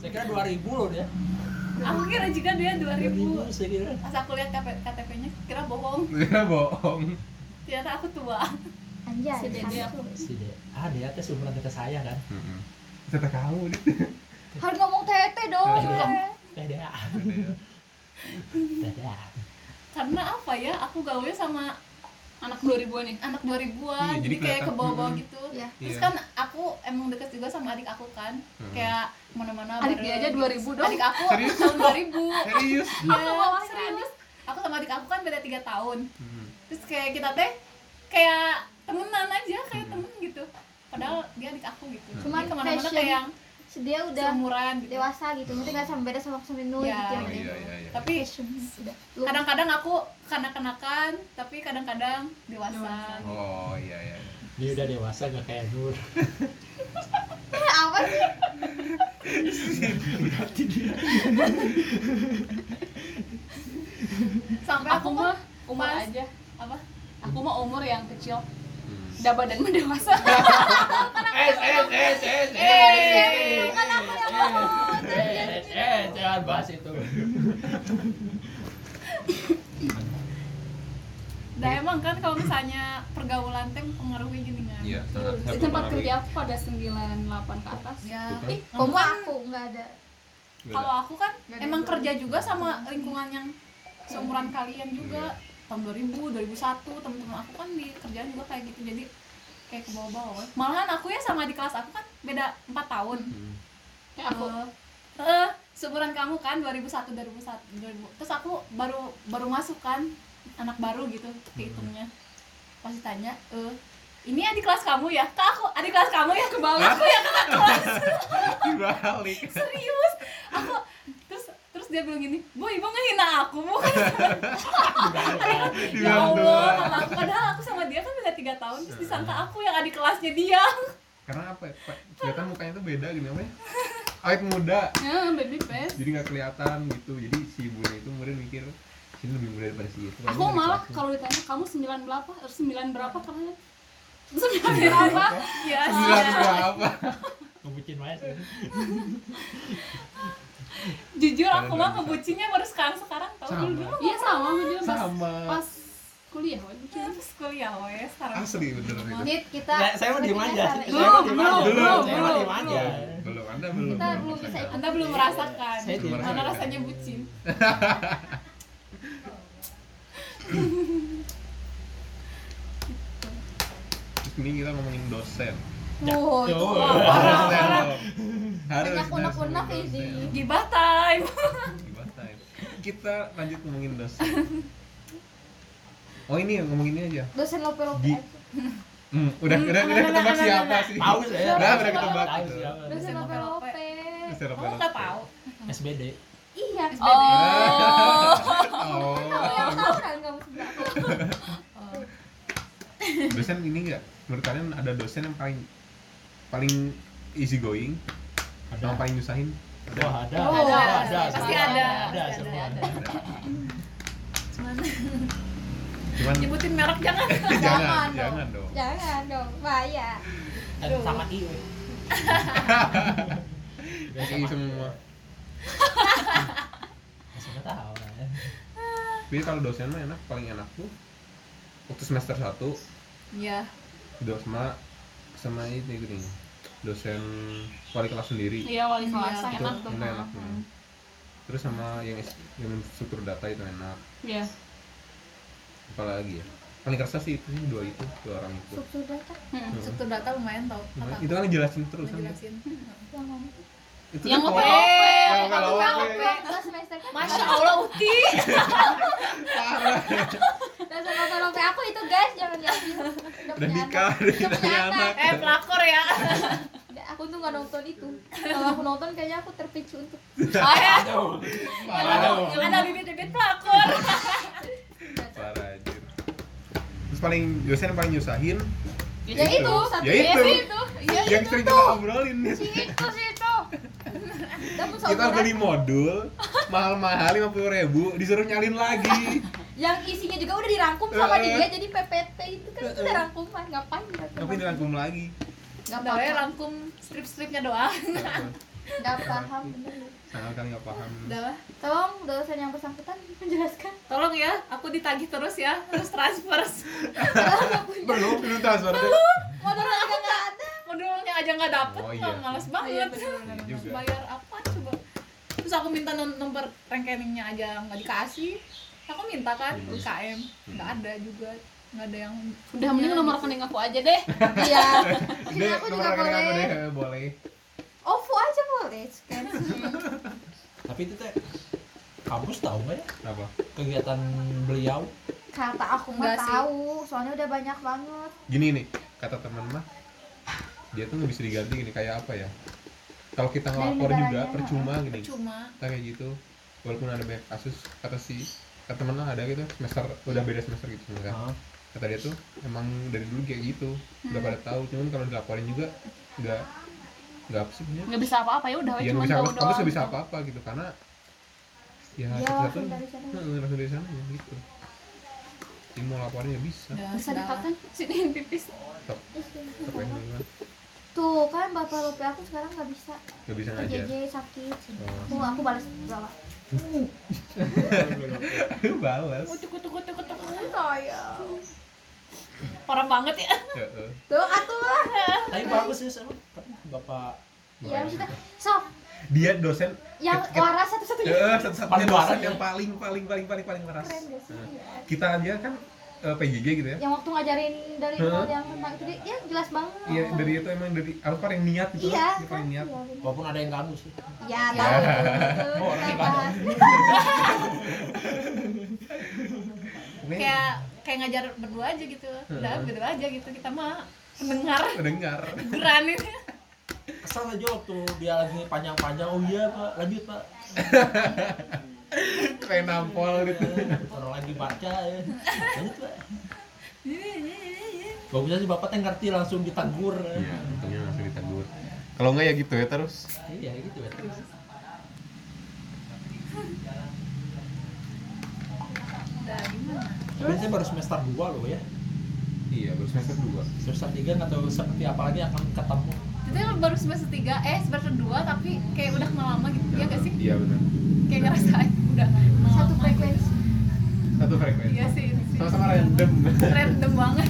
saya kira 2000 loh dia
aku kira juga dia 2000
2000 saya kira
pas aku lihat KTP-nya kira bohong
dia Iya, bohong
ternyata aku tua
Anjay.
Si Dede
sakit.
aku.
si dia ah dia teh seumuran kita saya kan
Mm-mm. kata kamu dit
Harus ngomong tete dong.
Iya.
teh dia teh dia
karena apa ya aku gaulnya sama
Anak 2000-an nih.
anak
Iya, jadi
2000-an jadi kayak
kelihatan.
ke bawah-bawah
Mm.
gitu
Iya.
terus
Iya.
kan aku emang deket juga sama adik aku kan
Mm.
kayak mana-mana
Adik dia
bareng.
aja 2000 dong.
adik aku
Serius?
tahun 2000
serius
Iya, serius aku sama adik aku kan beda 3 tahun
Mm.
terus kayak kita teh kayak temenan aja kayak
Hmm.
temen gitu padahal dia adik aku gitu
Hmm.
cuman
Cuman
kemana-mana
fashion
kayak yang
Dia udah
seumuran gitu
dewasa gitu mungkin nggak sama beda sama sama Nui
Ya.
gitu
oh
ya
iya iya iya
tapi
fashion udah lu
kadang-kadang aku kanak-kanakan tapi kadang-kadang dewasa
oh iya iya
dia udah dewasa gak kayak Nur
apa sih
sampai
Aku
aku,
mah
mah
umur
Pas.
aja.
apa
Aku mah umur yang kecil.
Hmm.
Dah badan mendewasa.
es es es es
Eh,
kan aku yang
Eh, eh, eh, jangan bahas itu.
dah emang kan kalau misalnya pergaulan teh mempengaruhi gini kan
iya
Di
sangat
tempat kerja aku pada 98 ke atas.
ya
Tuh kan.
ih,
kamu
kamu kan-
aku nggak ada
kalau aku kan
Gak ada
emang
yang
kerja juga sama lingkungan yang seumuran kalian juga tahun 2000 2001 teman-teman aku kan di kerjaan juga kayak gitu jadi kayak ke bawah-bawah malahan aku ya sama di kelas aku kan beda 4 tahun
Hmm.
Ya aku.
Eh, eh, seumuran kamu kan 2001 2001 2000. terus aku baru baru masuk kan anak baru gitu kehitungnya pasti tanya eh ini adik kelas kamu ya kak aku adik kelas kamu ya ke bawah aku ya kakak kelas
dibalik
serius aku terus terus dia bilang gini bu ibu ngehina aku bu ya
Dibantu.
allah kata aku. padahal aku sama dia kan beda tiga tahun terus disangka aku yang adik kelasnya dia
karena apa ya, Pak? kelihatan mukanya tuh beda gitu namanya awet muda
Ya, baby face.
jadi nggak kelihatan gitu jadi si ibunya itu kemudian mikir sini lebih muda daripada si itu
Aku malah kalau ditanya kamu 9 berapa?
Er,
Eh, 9 berapa kamu? 9 berapa?
ya
Iya.
sembilan berapa
Ngebucin banget sih.
jujur aku mah ngebucinnya baru sekarang sekarang tau dulu dulu
Iya sama sama dia pas
sama
pas kuliah weh.
terus kuliah we sekarang
asli bener itu
dit kita
Nah, saya mau diem
kita
aja.
cari-
Saya mau
Belum,
diem aja.
belum,
Saya mau
belum,
diem aja.
Iya, belum anda belum
Kita belum bisa ikut.
anda belum merasakan
Saya
belum
mana
Iya. merasakan.
rasanya bucin
terus ini kita ngomongin dosen Ya,
wow itu
Jauh.
mah.
Dosen dong. harus
banyak
harus
unek-unek
ngomongin
ini
dosen.
gibah time
Gimana ya? kita lanjut ngomongin dosen oh ini ngomongin ini aja
dosen lope-lope
Di-
aja.
Hmm, udah udah udah ketebak siapa sih
Tahu saya.
Udah, udah ketebak. gitu.
Tahu ya. siapa.
dosen lope-lope
Dosen
kamu
apa-apa.
nggak tahu
SBD.
iya
oh
kamu yang
Oh.
tahu kan kamu sebelah aku.
dosen ini enggak menurut kalian ada dosen yang paling paling easy going Atau yang paling nyusahin?
Wah, ada.
Oh,
Wah,
ada.
ada.
Pasti
semua
ada.
Ada,
Pasti
semua
ada.
ada.
Cuman
Cuman
nyebutin merek jangan.
jangan,
dong.
jangan dong.
Jangan dong, bahaya.
Dan
Aduh.
sama I. weh. Biasa
Ini
mah.
semua.
Biasa mah tahu lah ya.
Jadi kalau dosen mah enak, paling enak tuh waktu semester 1
Iya.
dos sama sama itu gini dosen wali kelas sendiri
Iya, wali kelas
Iya,
itu
enak Hmm. tuh.
enak, enak. terus sama yang es- yang struktur data itu enak
Iya.
apalagi ya paling kerasa sih itu sih dua itu dua orang itu
Struktur data.
Hmm.
Struktur data lumayan tau.
Nah,
Kata
itu kan jelasin terus kan
ngejelasin.
Yang mana?
itu
Yang
tuh
OP.
kalau-
Eh,
kalau OP.
aku banget, Bang.
Pas semester kan.
Masya Allah Uti.
Dan sama kalau OP aku itu guys, jangan lihat. Udah
udah
punya
nikah
anak.
udah
Udah punya
punya
anak.
anak
Eh pelakor ya.
Nggak, Aku tuh nggak nonton itu. Kalau aku nonton kayaknya aku terpicu untuk
Oh ya.
Aduh. Aduh.
Ada bibit-bibit pelakor.
parah anjir terus paling dosen yang paling nyusahin
Ya itu, satu
ya itu
itu. Ya
yang
itu
sering
tuh.
kita obrolin
Si itu, si itu. Dapat
kita
saudara
beli modul mahal-mahal lima puluh ribu disuruh nyalin lagi
yang isinya juga udah dirangkum sama
Eh, eh.
dia jadi PPT itu kan
Eh,
udah
eh.
rangkuman ngapain dirangkuman?
tapi dirangkum lagi
nggak
Nah, ya
paham
rangkum strip-stripnya doang.
nggak paham bener
sangat kali nggak paham
Udah.
tolong dosen yang bersangkutan menjelaskan
Tolong ya, aku ditagih terus ya, terus transfer.
belum belum transfer tuh
modal juga nggak ada
Modulnya aja nggak dapet,
Oh,
oh,
iya.
males banget.
Iya juga.
Bayar apa coba? Terus aku minta nom- nomor rekeningnya aja nggak dikasih. Aku minta kan
Hmm.
UKM, nggak ada juga, nggak ada yang.
Udah mending
Iya,
nomor rekening aku aja deh.
iya
Deh,
sini aku
nomor
juga
rekening aku
boleh
deh, boleh
ovo aja boleh kan
Tapi itu teh kampus tahu nggak ya
apa
kegiatan beliau?
kata aku
Nggak
nggak
sih.
tahu soalnya udah banyak banget
gini nih kata teman mah dia tuh nggak bisa diganti gini kayak apa ya kalau kita ngelapor
negaranya,
juga percuma gini
Cuma
kita kayak gitu walaupun ada banyak kasus kata si kata temen lah ada gitu semester udah beda semester gitu sebenarnya
Heeh.
kata dia tuh emang dari dulu kayak gitu udah
Hmm.
pada tahu cuman kalau dilaporin juga nggak nggak apa sih punya
Nggak bisa apa-apa ya udah,
ya
cuma
nggak bisa
tahu
kampus kampus nggak bisa
doang.
apa apa gitu karena ya
ya
satu
langsung dari sana
langsung dari sana ya gitu Jadi mau laporin ya bisa
Nah.
udah,
Bisa
udah.
dikatakan
sini pipis.
Tetap apa yang dulu
tuh kan bapak lupa aku sekarang nggak bisa
nggak bisa ngajar
PJJ sakit
Oh.
aku aku balas berapa
balas
Kutuk kutuk kutuk kutuk.
saya
Parah banget
Iya.
ya.
Heeh.
tuh atuh lah
Tapi bagus sih sama pernah bapak
ya maksudnya sok
dia dosen
yang
Ket- ket-
waras satu-satunya
eh satu-satunya
Paling
dosen
waras ya.
yang paling paling paling paling paling waras
keren gak sih?
Heeh.
Iya.
kita aja kan eh, PJJ gitu ya
yang waktu ngajarin dari
Hah?
nol yang tentang itu dia, dia jelas banget
iya dari itu emang dari harus paling niat gitu
iya
lah, dia paling niat Iya.
iya, bener.
walaupun ada yang ganggu sih.
ya tahu itu
Oh,
kita
ini kan.
bahas
Pokoknya
Kayak kayak ngajar berdua aja gitu.
Hmm.
Udah berdua aja gitu kita mah pendengar
dengar
berani.
Kesal aja waktu dia lagi panjang-panjang. Oh iya pak, lanjut pak.
kayak nampol gitu
Iya.
Ya, Orang lagi baca ya. Lanjut pak. Bagusnya sih bapak teh ngerti langsung ditegur.
iya untungnya langsung ditegur kalau enggak ya gitu ya terus
Iya gitu ya.
Udah gimana?
Tapi saya baru semester 2 loh ya.
iya baru semester dua
Semester 3 nggak tahu seperti apa lagi akan ketemu.
Kita baru semester 3, eh semester 2 tapi kayak udah kenal lama gitu. Iya gak sih?
iya benar
Kayak ngerasa udah kenal
satu
lama.
frekuensi
satu frekuensi
Iya sih. itu sih.
sama-sama random
Random banget.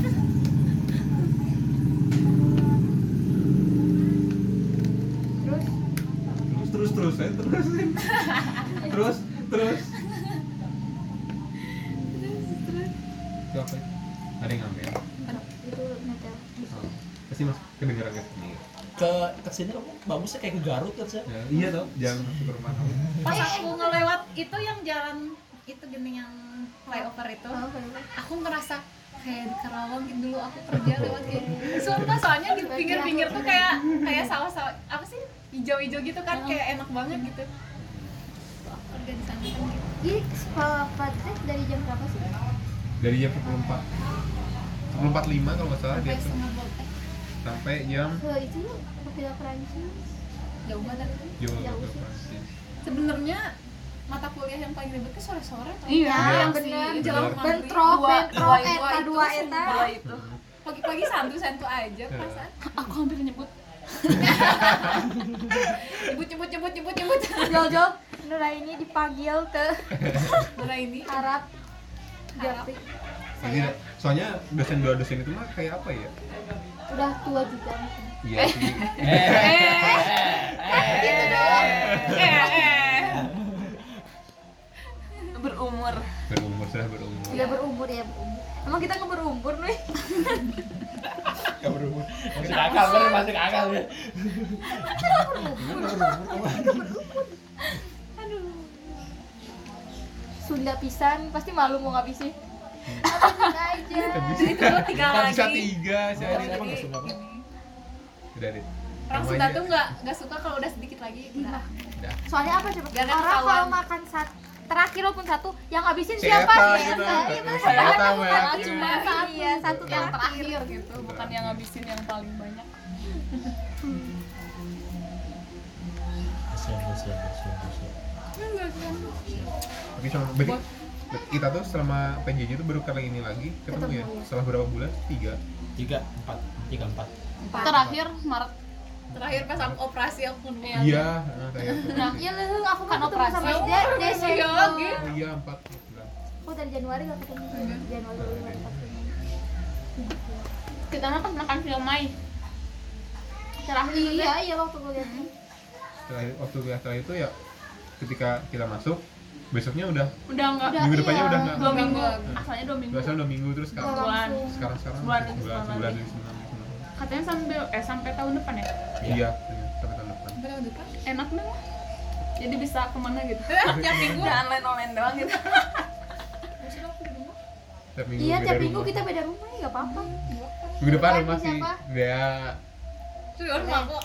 terus
terus terus terus ya terusin terus terus itu apa itu? ada yang ngambil
itu nyetel
Oh. pasti mas kedengeran ke sini
Ke ke sini kamu bagusnya kayak ke Garut kan saya.
Iya. ya, iya tau jangan masuk ke rumah kamu
Pas aku ngelewat itu yang jalan itu gini yang flyover itu.
Oh, kenapa?
aku ngerasa kayak di Karawang gitu dulu aku kerja lewat kayak sumpah soalnya di pinggir-pinggir tuh kayak kayak sawah-sawah apa sih hijau-hijau gitu kan kayak enak banget gitu aku kerja di sana kan gitu.
Jadi sekolah Patrick dari jam berapa sih?
dari jam pukul empat pukul empat lima kalau nggak salah
sampai
dia tuh
setengah bol eh
sampai jam
Ke itu yuk, ke Villa Perancis
jauh banget
Jauh
Jauh
betul,
sih.
pasti.
sebenarnya mata kuliah yang paling ribet tuh sore-sore tau.
Iya,
Iya,
yang
bener. Jelang
benar.
Bener.
maghrib,
Ya, Bentrok,
dua-
bentrok,
dua- dua
eta,
itu,
dua eta.
sumpah.
Dua itu.
pagi-pagi santu-santu aja
Iya.
perasaan
Aku hampir nyebut
nyebut nyebut nyebut nyebut nyebut
Jojo, Nuraini dipanggil ke
Nora ini
Arab
Arab.
Japri.
Jadi,
Saya
soalnya dosen dua dosen itu mah kayak apa ya?
udah tua juga.
Iya sih.
berumur.
berumur sudah berumur.
Udah berumur ya, berumur. Emang kita nggak berumur nih?
Gak berumur. Masih akal, bener masih akal. bener. Bener, berumur.
Sunda pisan, pasti malu mau ngabis sih. aja.
Kan
Jadi
bisa,
itu lo tiga
kan bisa
lagi
tiga sih.
Tapi
Lagi
emang gak suka
ini.
banget.
Udah deh.
orang
Kamu
Sunda
aja.
tuh nggak nggak suka kalau udah sedikit lagi
Iya.
Nah, udah
Udah.
Soalnya apa coba?
Biar ada
Orang
ketahuan.
kalau makan sat terakhir walaupun satu, yang habisin
Si
siapa?
Eta,
Si
gitu. ya.
Eta. Iya, bener.
Si Eta,
Satu
Mbak.
terakhir.
Cuma satu.
Iya, satu
yang
terakhir.
terakhir gitu bukan yang ngabisin yang paling banyak
Kasihan, kasihan, kasihan, kasihan.
Tapi sama berarti kita tuh selama PJJ itu baru kali ini lagi ketemu ya.
Ketemu.
Setelah berapa bulan? Tiga.
Tiga, empat, tiga, empat.
Terakhir Maret
terakhir kan pas aku operasi
Iya.
aku pun
nah, kayak gitu.
Nah, iya lu aku kan operasi
Kan operasi.
sama
Oh,
dia Desember.
lagi.
Oh iya empat bulan.
Aku Oh, dari Januari gak ketemu. Januari baru gak ketemu.
kita kan makan film Mai.
Terakhir iya iya waktu kuliah.
Setelah waktu kuliah setelah itu ya ketika kita masuk besoknya udah
Udah enggak
Udah,
minggu depannya
iya.
udah nggak
dua minggu.
Udah.
Asalnya dua minggu.
biasanya dua minggu terus sekarang
Bulan.
sekarang sekarang
Bulan,
sebulan
sebulan
sebulan
lagi.
dari sembilan dari sembilan.
Katanya sampai eh sampai tahun depan ya.
Iya.
iya iya, sampai tahun depan
berapa depan
Enak dong. lah. Jadi bisa kemana gitu.
tiap minggu
online online doang gitu.
Maksudnya aku di rumah
tiap minggu
Iya
beda
tiap minggu
rumah.
kita beda rumah ya gak apa-apa.
minggu depan
Depan
rumah
siapa?
sih ya
Cuy,
Iya.
orang mabok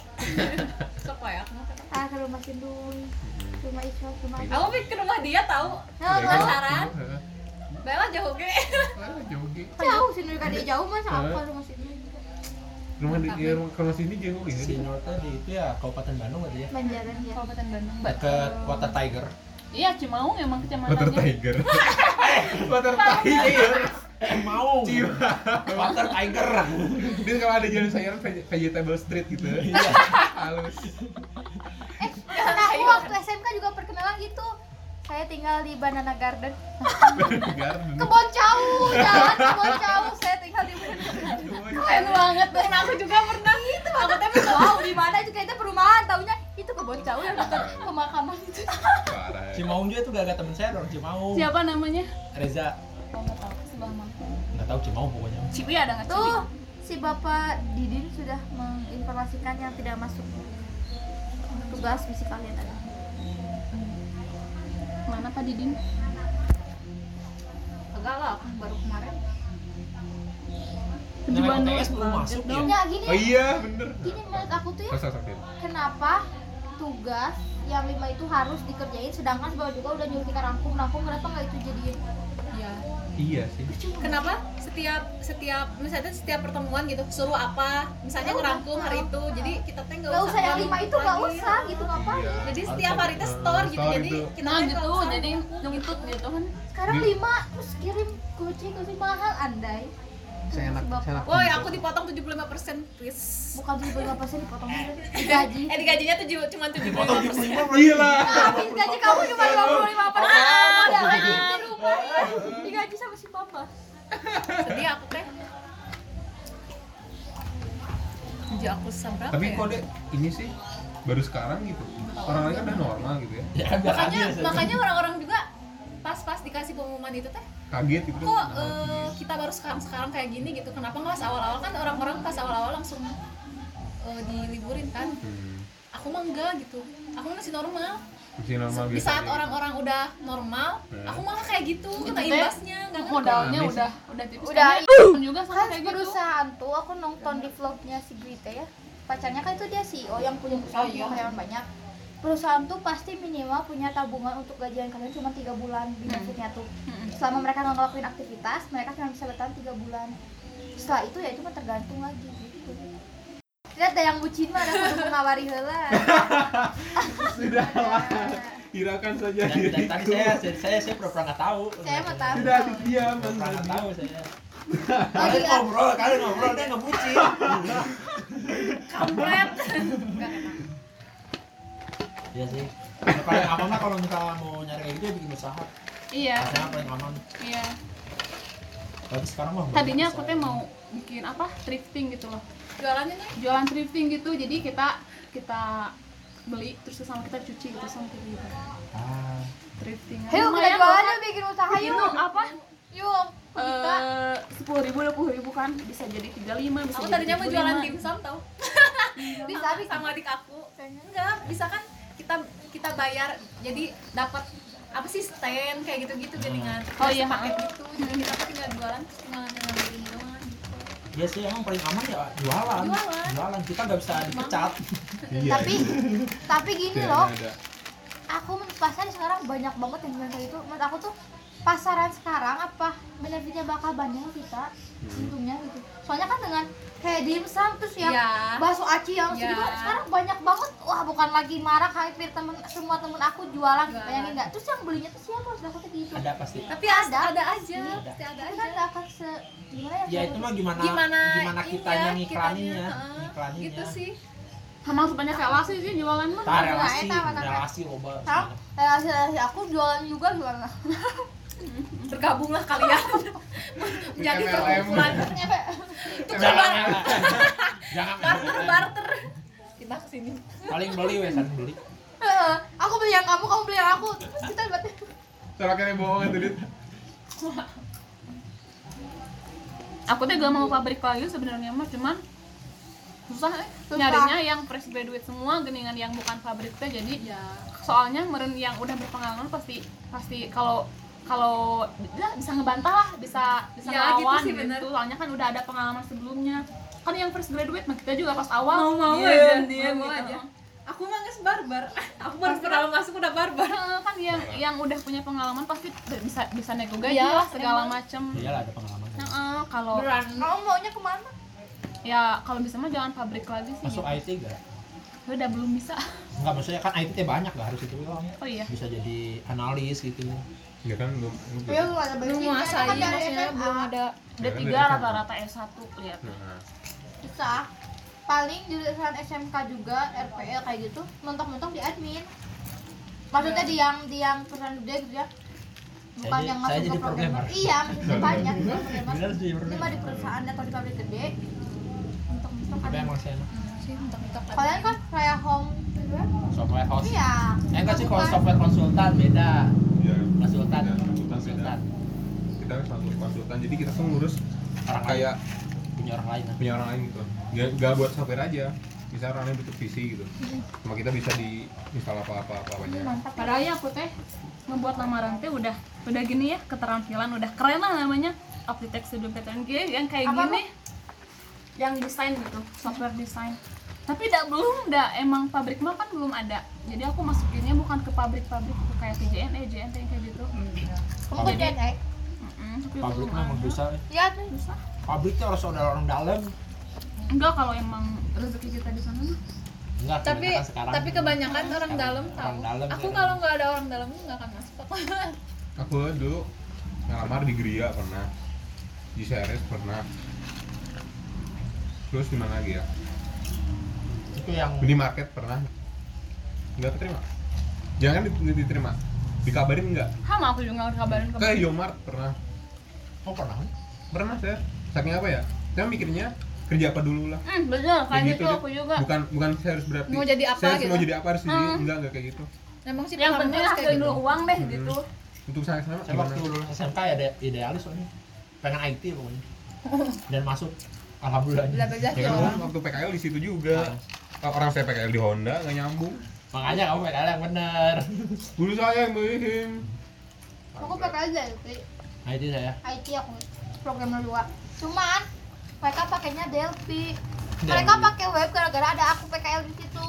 Sok ya, aku mah.
Ah ke rumah Sinduy,
Hmm.
rumah Iswat, rumah.
Iya.
Aku pikir ke rumah dia tahu
Halo.
kan?
Penasaran? Bella jauh ge
jogi
Jauh Sinduy kan dia jauh
Eh.
masa aku ke rumah Sinduy.
rumah di ya, rumah ke rumah sini jauh ya
Si Nol tadi itu ya Kabupaten Bandung katanya.
Banjaran ya.
Kabupaten Bandung.
Dekat Water Tiger.
Iya, Cimaung emang kecamatannya.
water tiger water tiger
Eh, mau.
Ciba
Water Tiger.
dia kalau ada jalan sayuran veg- vegetable street gitu halus
Nah aku waktu SMK juga perkenalan gitu. Saya tinggal di Banana Garden.
garden
Kebon Cau, jalan Kebon Cau. Saya tinggal di Banana Garden.
Keren banget Dan aku juga pernah gitu Aku tapi
Wow, di mana juga itu perumahan, taunya itu kebon jauh yang dekat pemakaman itu.
parah
Cimaung juga tuh gak ada temen saya orang Cimaung.
Siapa namanya?
Reza
Mau nggak tahu sebelah mana
nggak tahu Cimaung pokoknya.
Ciwi ada nggak Ciwi?
Tuh, si Bapak Didin sudah menginformasikan yang tidak masuk tugas misi kalian
Iya.
ada.
Mana Pak Didin?
Agak lah, aku baru kemarin
Di
Nah,
Bandung.
UTS belum masuk ya.
Enggak gini,
oh iya bener
gini menurut aku tuh ya,
Terus, terus, terus.
kenapa tugas yang lima itu harus dikerjain sedangkan sebagai juga udah nyuruh kita rangkum rangkum kenapa nggak itu jadiin
Iya
iya sih
Kenapa setiap setiap misalnya setiap pertemuan gitu suruh apa misalnya ngerangkum hari itu jadi kita teh nggak
nggak
usah
usah yang lima
ngerangkum
itu nggak
lagi.
usah gitu ngapain
Iya.
jadi
Harus
setiap hari teh
ada-
store
eh,
gitu
store
jadi
gitu.
kita
Nah
teh
gitu,
nggak usah
jadi
ngerangkum
nuntut gitu kan
sekarang
Di-
lima terus kirim gojek lebih mahal andai
saya enak saya enak
woi aku dipotong 75 persen please
bukan tujuh puluh lima persen dipotong gaji
eh di gajinya tujuh cuma 75
Potong di
persen
Cimaung.
gila
habis gaji kamu cuma lima puluh lima
Ah,
persen udah lagi di rumah ya. digaji sama si papa
sedih aku teh jadi aku sampai ya?
tapi kode ini sih baru sekarang gitu orang lain kan udah normal gitu ya
Ya kan biar
makanya
adil saja.
makanya orang-orang juga pas-pas dikasih pengumuman itu teh
kaget gitu
kok eh, kita baru sekarang sekarang kayak gini gitu kenapa nggak pas awal-awal kan orang-orang pas awal-awal langsung eh, diliburin kan
Hmm,
aku mah enggak gitu aku masih normal
masih normal
di
biasa
saat
gitu.
aja.
orang-orang udah normal
Ya.
Hmm.
aku malah kayak gitu
Gitu
kena
deh.
imbasnya nggak ngerti
modalnya
Habis.
udah udah tipis
Udah.
Kan ya, juga sama
kan
kayak gitu
perusahaan tuh aku nonton di vlognya si Grita ya pacarnya kan itu dia CEO yang punya perusahaan
Oh, iya.
punya karyawan banyak perusahaan tuh pasti minimal punya tabungan untuk gajian kalian cuma tiga bulan di
Hmm.
Netflix-nya tuh
Mm-mm.
selama mereka nggak ngelakuin aktivitas mereka cuma bisa bertahan tiga bulan setelah itu ya cuma tergantung lagi gitu lihat deh yang bucin mah ada kudu ngawari heula
Sudahlah, kirakan saja
Dan, dan tadi
diriku.
saya saya saya, saya pura-pura nggak tahu.
saya mah tahu
Sudah diam
Pura-pura nggak tahu saya.
Oh,
Kalian
iya.
ngobrol, kalian ngobrol dia nggak bucin. Enggak.
kampret
Iya sih. Yang paling aman lah kalau kita mau nyari kayak gitu ya bikin usaha.
iya
Rasanya paling aman.
iya
Tapi sekarang mah.
tadinya aku teh mau bikin apa thrifting gitu loh
Jualannya nih
jualan thrifting gitu jadi kita kita beli terus sama kita cuci gitu sama kita gitu
Ah,
thrifting
Ayo kita
Lumayan,
jualan
kan?
yuk bikin usaha
itu
yuk.
apa
Yuk,
Eh,
kita
Eh, sepuluh ribu dua puluh ribu kan bisa jadi tiga lima bisa
Aku
jadi
tadinya mau jualan
35.
dimsum tau Iya.
bisa bisa.
sama adik aku enggak bisa kan kita kita bayar jadi dapat apa sih stand kayak gitu-gitu
Hmm.
jaringan
Oh, iya,
paket gitu jadi kita kan tinggal jualan terus tinggal ngambilin doang gitu
iya sih emang paling aman ya jualan.
Jualan.
Jualan kita nggak bisa dipecat.
Iya,
Tapi tapi
itu
gini
yang
loh,
ada.
aku men- pasar sekarang banyak banget yang bilang kayak gitu. Menurut aku tuh pasaran sekarang apa benefitnya bakal banding kita
Hmm.
untungnya gitu. Soalnya kan dengan kayak dimsum terus ya
Iya.
bakso aci yang
Iya.
segitu sekarang banyak banget wah bukan lagi marak hampir temen semua temen aku jualan,
Jualan.
bayangin nggak terus yang belinya tuh siapa maksud aku tuh gitu
Ada pasti.
tapi ada
Ada.
ada aja
Iya.
pasti ada
tapi
aja
kan nggak akan se gimana ya,
Ya itu mah gimana
Gimana
gimana kitanya
iya, kitanya,
ngiklaninnya,
heeh.
ngiklaninnya.
gitu sih
sama sebanyak relasi sih jualan mah
Tar relasi,
Eta, eta, eta.
relasi loba.
sekarang relasi relasi Eh, aku jualan juga gimana
bergabunglah kalian menjadi
MLM.
perkumpulan
Jangan elak. Jangan
barter
elak.
barter kita kesini
Paling beli wesan beli.
Heeh, aku beli yang kamu kamu beli yang aku terus kita buat
Sorakannya bohong itu Dit.
aku tuh gak mau pabrik kayu sebenarnya mah cuman susah eh.
Susah.
nyarinya yang fresh graduate semua geningan yang bukan pabrik teh jadi
Iya.
soalnya meren yang udah berpengalaman pasti pasti kalau kalau ya, bisa ngebantah lah bisa bisa
Ya, gitu
ngelawan
sih, bener.
soalnya kan udah ada pengalaman sebelumnya kan yang fresh graduate mah kita juga pas awal
mau mau
Iya,
aja
dia
mau
gitu.
aja aku mah nges barbar aku baru pertama masuk udah barbar
Heeh, kan yang yang udah punya pengalaman pasti bisa bisa nego gaji
Ya,
lah segala
emang.
macem
Iyalah Iya ada pengalaman.
Heeh, kalau
berani
kamu maunya kemana
ya kalau bisa mah jangan pabrik lagi sih
Masuk
gitu.
IT gak?
udah belum bisa
Enggak maksudnya kan IT teh banyak gak harus itu doang.
oh iya
Bisa jadi analis gitu.
Ya kan belum belum-
ya lu ada
Iya, belum
beli
menguasai
kan dari
maksudnya
SMA.
belum ada
D3
Karena dari
rata-rata S1 lihat.
Nah,
bisa paling jurusan SMK juga RPL kayak gitu mentok-mentok di admin maksudnya di yang di yang perusahaan gede gitu ya bukan
Saya jadi- saya
yang masuk
jadi
ke programmer
programmer.
iya maksudnya banyak yang programmer
Bener sih
cuma di perusahaan atau di pabrik gede mentok-mentok
Tapi
admin
emang sih enak.
sih mentok-mentok lah.
kalian kan kayak home gitu ya?
Software host.
iya
Eh enggak sih
Aku
kalau
kan-
software konsultan beda.
ya,
Iya, Konsultan,
Ya, konsultan
konsultan.
kita kan satu konsultan, jadi kita tuh ngurus
Orang lain
kayak
punya orang lain. lah.
punya orang lain gitu. Gak, gak buat software aja, bisa orang lain butuh visi gitu. Cuma kita bisa di misal apa-apa apa
ini
banyak.
mantap ya.
Padahal ya aku teh membuat lamaran teh udah udah gini ya keterampilan udah keren lah namanya arsitek sebelum PTNG yang kayak
Apa,
gini yang desain gitu software desain tapi tidak belum dah emang pabrik mah kan belum ada jadi aku masukinnya bukan ke pabrik-pabrik ke kayak TJN, EJN kayak gitu
kamu
Pabrik.
kerjain eh
Mm-mm, tapi
Pabrik
belum
mah emang
ada.
bisa. eh.
iya tuh bisa
Pabrik tuh harus ada orang dalam.
enggak kalau emang rezeki kita di sana mah.
Enggak
tapi
kebanyakan sekarang.
tapi kebanyakan orang dalam tahu
Orang dalam,
aku
ya.
kalau nggak ada orang dalam nggak akan masuk
Aku dulu ngelamar di Gria pernah, di CRS pernah. Terus di mana lagi ya?
itu yang
Minimarket pernah. Enggak keterima. Jangan dit- diterima. Dikabarin enggak?
sama aku juga nggak kabarin ke
Ke Yomart pernah.
oh pernah.
Pernah saya. Saking apa ya? Saya mikirnya kerja apa dulu lah.
hmm, bener kayak
Kayak
gitu,
Dit.
aku juga
bukan bukan saya harus berarti
Mau jadi apa
saya harus
gitu?
mau jadi apa harus jadi
Hmm.
enggak enggak kayak gitu
memang sih
yang
pengalaman
penting
harus kayak
hasilin dulu uang deh
Hmm.
gitu
untuk saya sama
Saya waktu lulus SMK ya ada idealis soalnya. Pengen IT pokoknya. Dan masuk alhamdulillah.
Bela bela
ya
Iya.
kan
jualan.
orang waktu PKL di situ juga Kalau orang saya PKL di Honda nggak nyambung
Makanya kamu PKL yang bener.
dulu saya yang beliin
gitu.
aku pakai aja Pri.
Nah itu saya.
IT aku programmer dua cuman mereka pakainya Delphi mereka
Mereka
pakai web gara-gara ada aku PKL di situ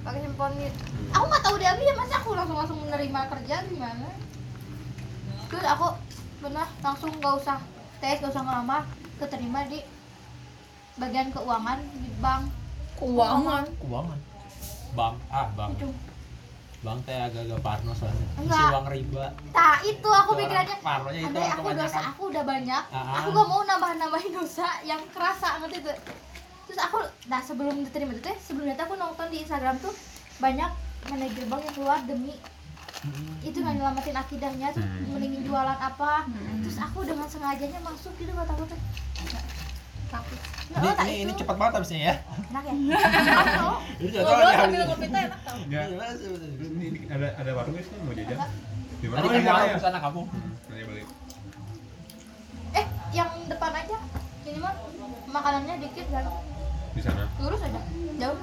pakai Symfony aku nggak tahu Delphi ya masa aku langsung langsung menerima kerja gimana terus aku benar langsung nggak usah tes nggak usah ngelamar keterima di bagian keuangan di bank
Keuangan.
keuangan bank ah bank
Aduh.
bank teh agak-agak parno soalnya isi
Enggak.
uang riba
Nah, itu aku
Orang
pikirannya
parnonya itu
Andai
orang
aku dosa
kebanyakan
aku udah banyak,
Ah.
aku gak mau nambah-nambahin dosa yang kerasa ngerti tuh. Terus aku, nah sebelum diterima itu teh, sebelumnya tuh aku nonton di Instagram tuh banyak manajer bank yang keluar demi
Hmm.
itu nyelamatin akidahnya tuh
Hmm.
mendingin jualan apa.
Hmm.
Terus aku dengan sengajanya masuk gitu gak takut tuh.
takut
ini,
Nggak, oh, tak
ini, ini
itu.
cepat banget habisnya ya
Enak ya? Enak tau.
ini ya.
Ngobrol sambil ngopi teh enak tau.
Enggak. Ini Ya. ini ada ada warung guys mau jajan. Di mana
Tadi kan
ini
kamu
ya?
ke sana kamu
Nanya balik.
Eh, yang depan aja. Ini mah makanannya dikit kan.
Di sana.
Lurus aja. Jauh.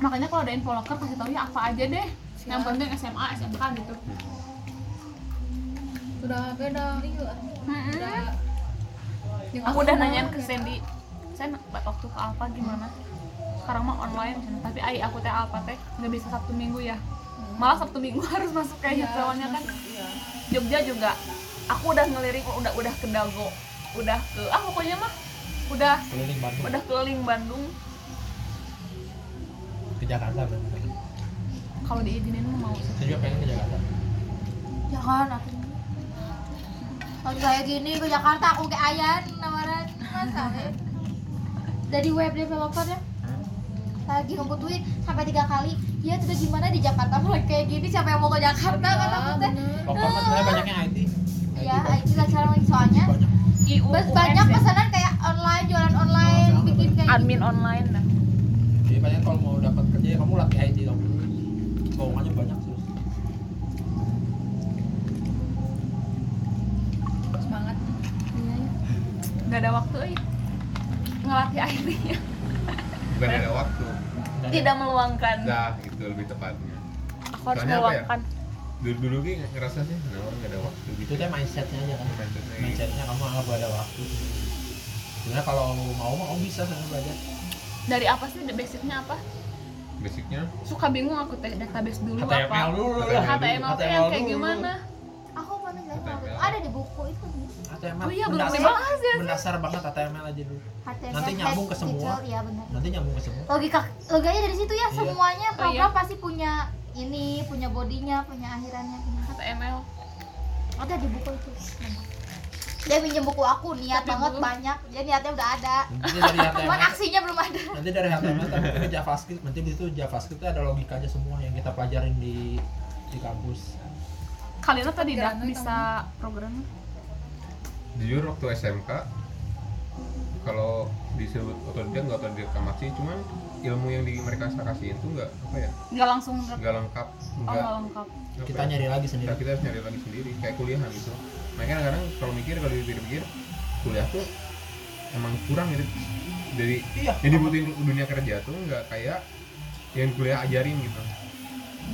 makanya kalau ada info locker kasih taunya apa aja deh yang
Siap.
penting SMA SMK gitu
Udah beda iya. Udah. Yang
aku udah
sama,
nanyain ke
kayak-
Sandy Sen waktu ke Alfa gimana sekarang mah online Sen. tapi ay aku teh Alfa teh nggak bisa Sabtu Minggu ya malah Sabtu Minggu harus masuk
Hmm. Iya,
kayaknya soalnya kan
masuk, iya.
Jogja juga aku udah ngelirik udah udah ke Dago udah ke ah pokoknya mah udah
keliling Bandung
udah keliling Bandung
ke Jakarta bener
kalau diizinin mah mau sih.
saya juga pengen ke Jakarta
Jangan Ya kan, aku. Kalau kayak gini ke Jakarta aku kayak Ayan nawaran Mas Awe. Dari web developer ya. Lagi ngebutuhin sampai tiga kali. Ya sudah gimana di Jakarta mulai kayak gini siapa yang mau ke Jakarta kan,
Iya,
kata aku teh.
bener.
Pokoknya kan sebenarnya banyaknya IT
Ya,
gitu.
itu lah cara lagi soalnya.
banyak
IUUM,
Bas- banyak
Sen.
pesanan kayak online, jualan online, bikin kayak gitu.
admin online Nah, dah
jadi banyak kalau mau dapat kerja ya kamu latih IT dong bohongannya banyak terus
Semangat.
nggak ada waktu ay. ngelatih akhirnya
Bukan ada waktu.
Dan-
tidak meluangkan
Nah, itu lebih tepatnya.
aku harus
Soalnya apa ya?
meluangkan
Dulu dulu gini ngerasa sih, nah orang nggak ada waktu
itu
gitu.
teh mindsetnya aja kan
Mindsetnya.
mindsetnya kamu anggap gak ada waktu sebenarnya kalau mau mau kamu bisa sebenarnya belajar
dari apa sih basicnya apa
Basicnya
suka bingung aku teh database dulu
HTML
apa
dulu
HTML
lah
HTML tuh yang kayak
dulu.
gimana
gitu. Aku pernah jelasin waktu itu. Ada di buku itu nih.
HTML
oh iya belum
mendasar,
dibahas ya
mendasar banget HTML aja dulu
HTML,
Nanti nyambung ke
head,
semua.
detail, Iya benar.
nanti nyambung ke semua
logika logikanya dari situ ya
Iya.
semuanya
Oh,
program
iya.
pasti punya ini punya bodinya punya akhirannya punya
HTML
ada di buku itu dia minjem buku aku niat
Tapi
banget
belum.
banyak dia niatnya udah ada
nanti dari
cuman
HTML
aksinya belum ada
nanti dari HTML sampai ke JavaScript nanti di itu JavaScript itu ada logikanya semua yang kita pelajarin di di kampus
kalian tadi dah
Pikiran lu
bisa program
jujur waktu SMK kalau disebut otodidak nggak otodidak amat sih cuman ilmu yang di mereka kasih itu nggak apa ya
nggak langsung ter-
nggak lengkap
oh
nggak
nggak lengkap
apa
kita
ya,
nyari lagi
kita,
sendiri
kita harus nyari lagi sendiri kayak kuliahan gitu makanya kadang-kadang kalau mikir kalau dipikir-pikir kuliah tuh emang kurang gitu jadi
iya
yang dibutuhin dunia kerja tuh nggak kayak yang kuliah ajarin gitu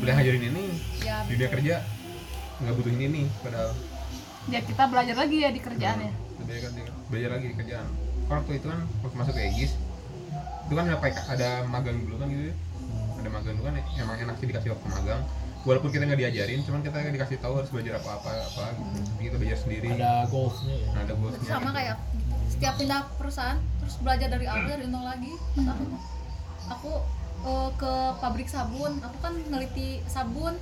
kuliah ajarin ini
Ya,
di dunia kerja nggak butuhin ini padahal
ya kita belajar lagi ya di kerjaan ya
belajar, Hmm, kerja- kan belajar lagi di kerjaan Kalau waktu itu kan waktu masuk ke EGIS itu kan ada, PK ada magang dulu kan gitu ya. ada magang dulu kan emang enak sih dikasih waktu magang walaupun kita nggak diajarin cuman kita dikasih tahu harus belajar apa apa apa gitu Jadi kita belajar sendiri
ada goalsnya ya
Nah, ada
Itu
goalsnya
sama kayak gitu. setiap pindah perusahaan terus belajar dari awal dari nol lagi Terus aku aku eh, ke pabrik sabun aku kan neliti sabun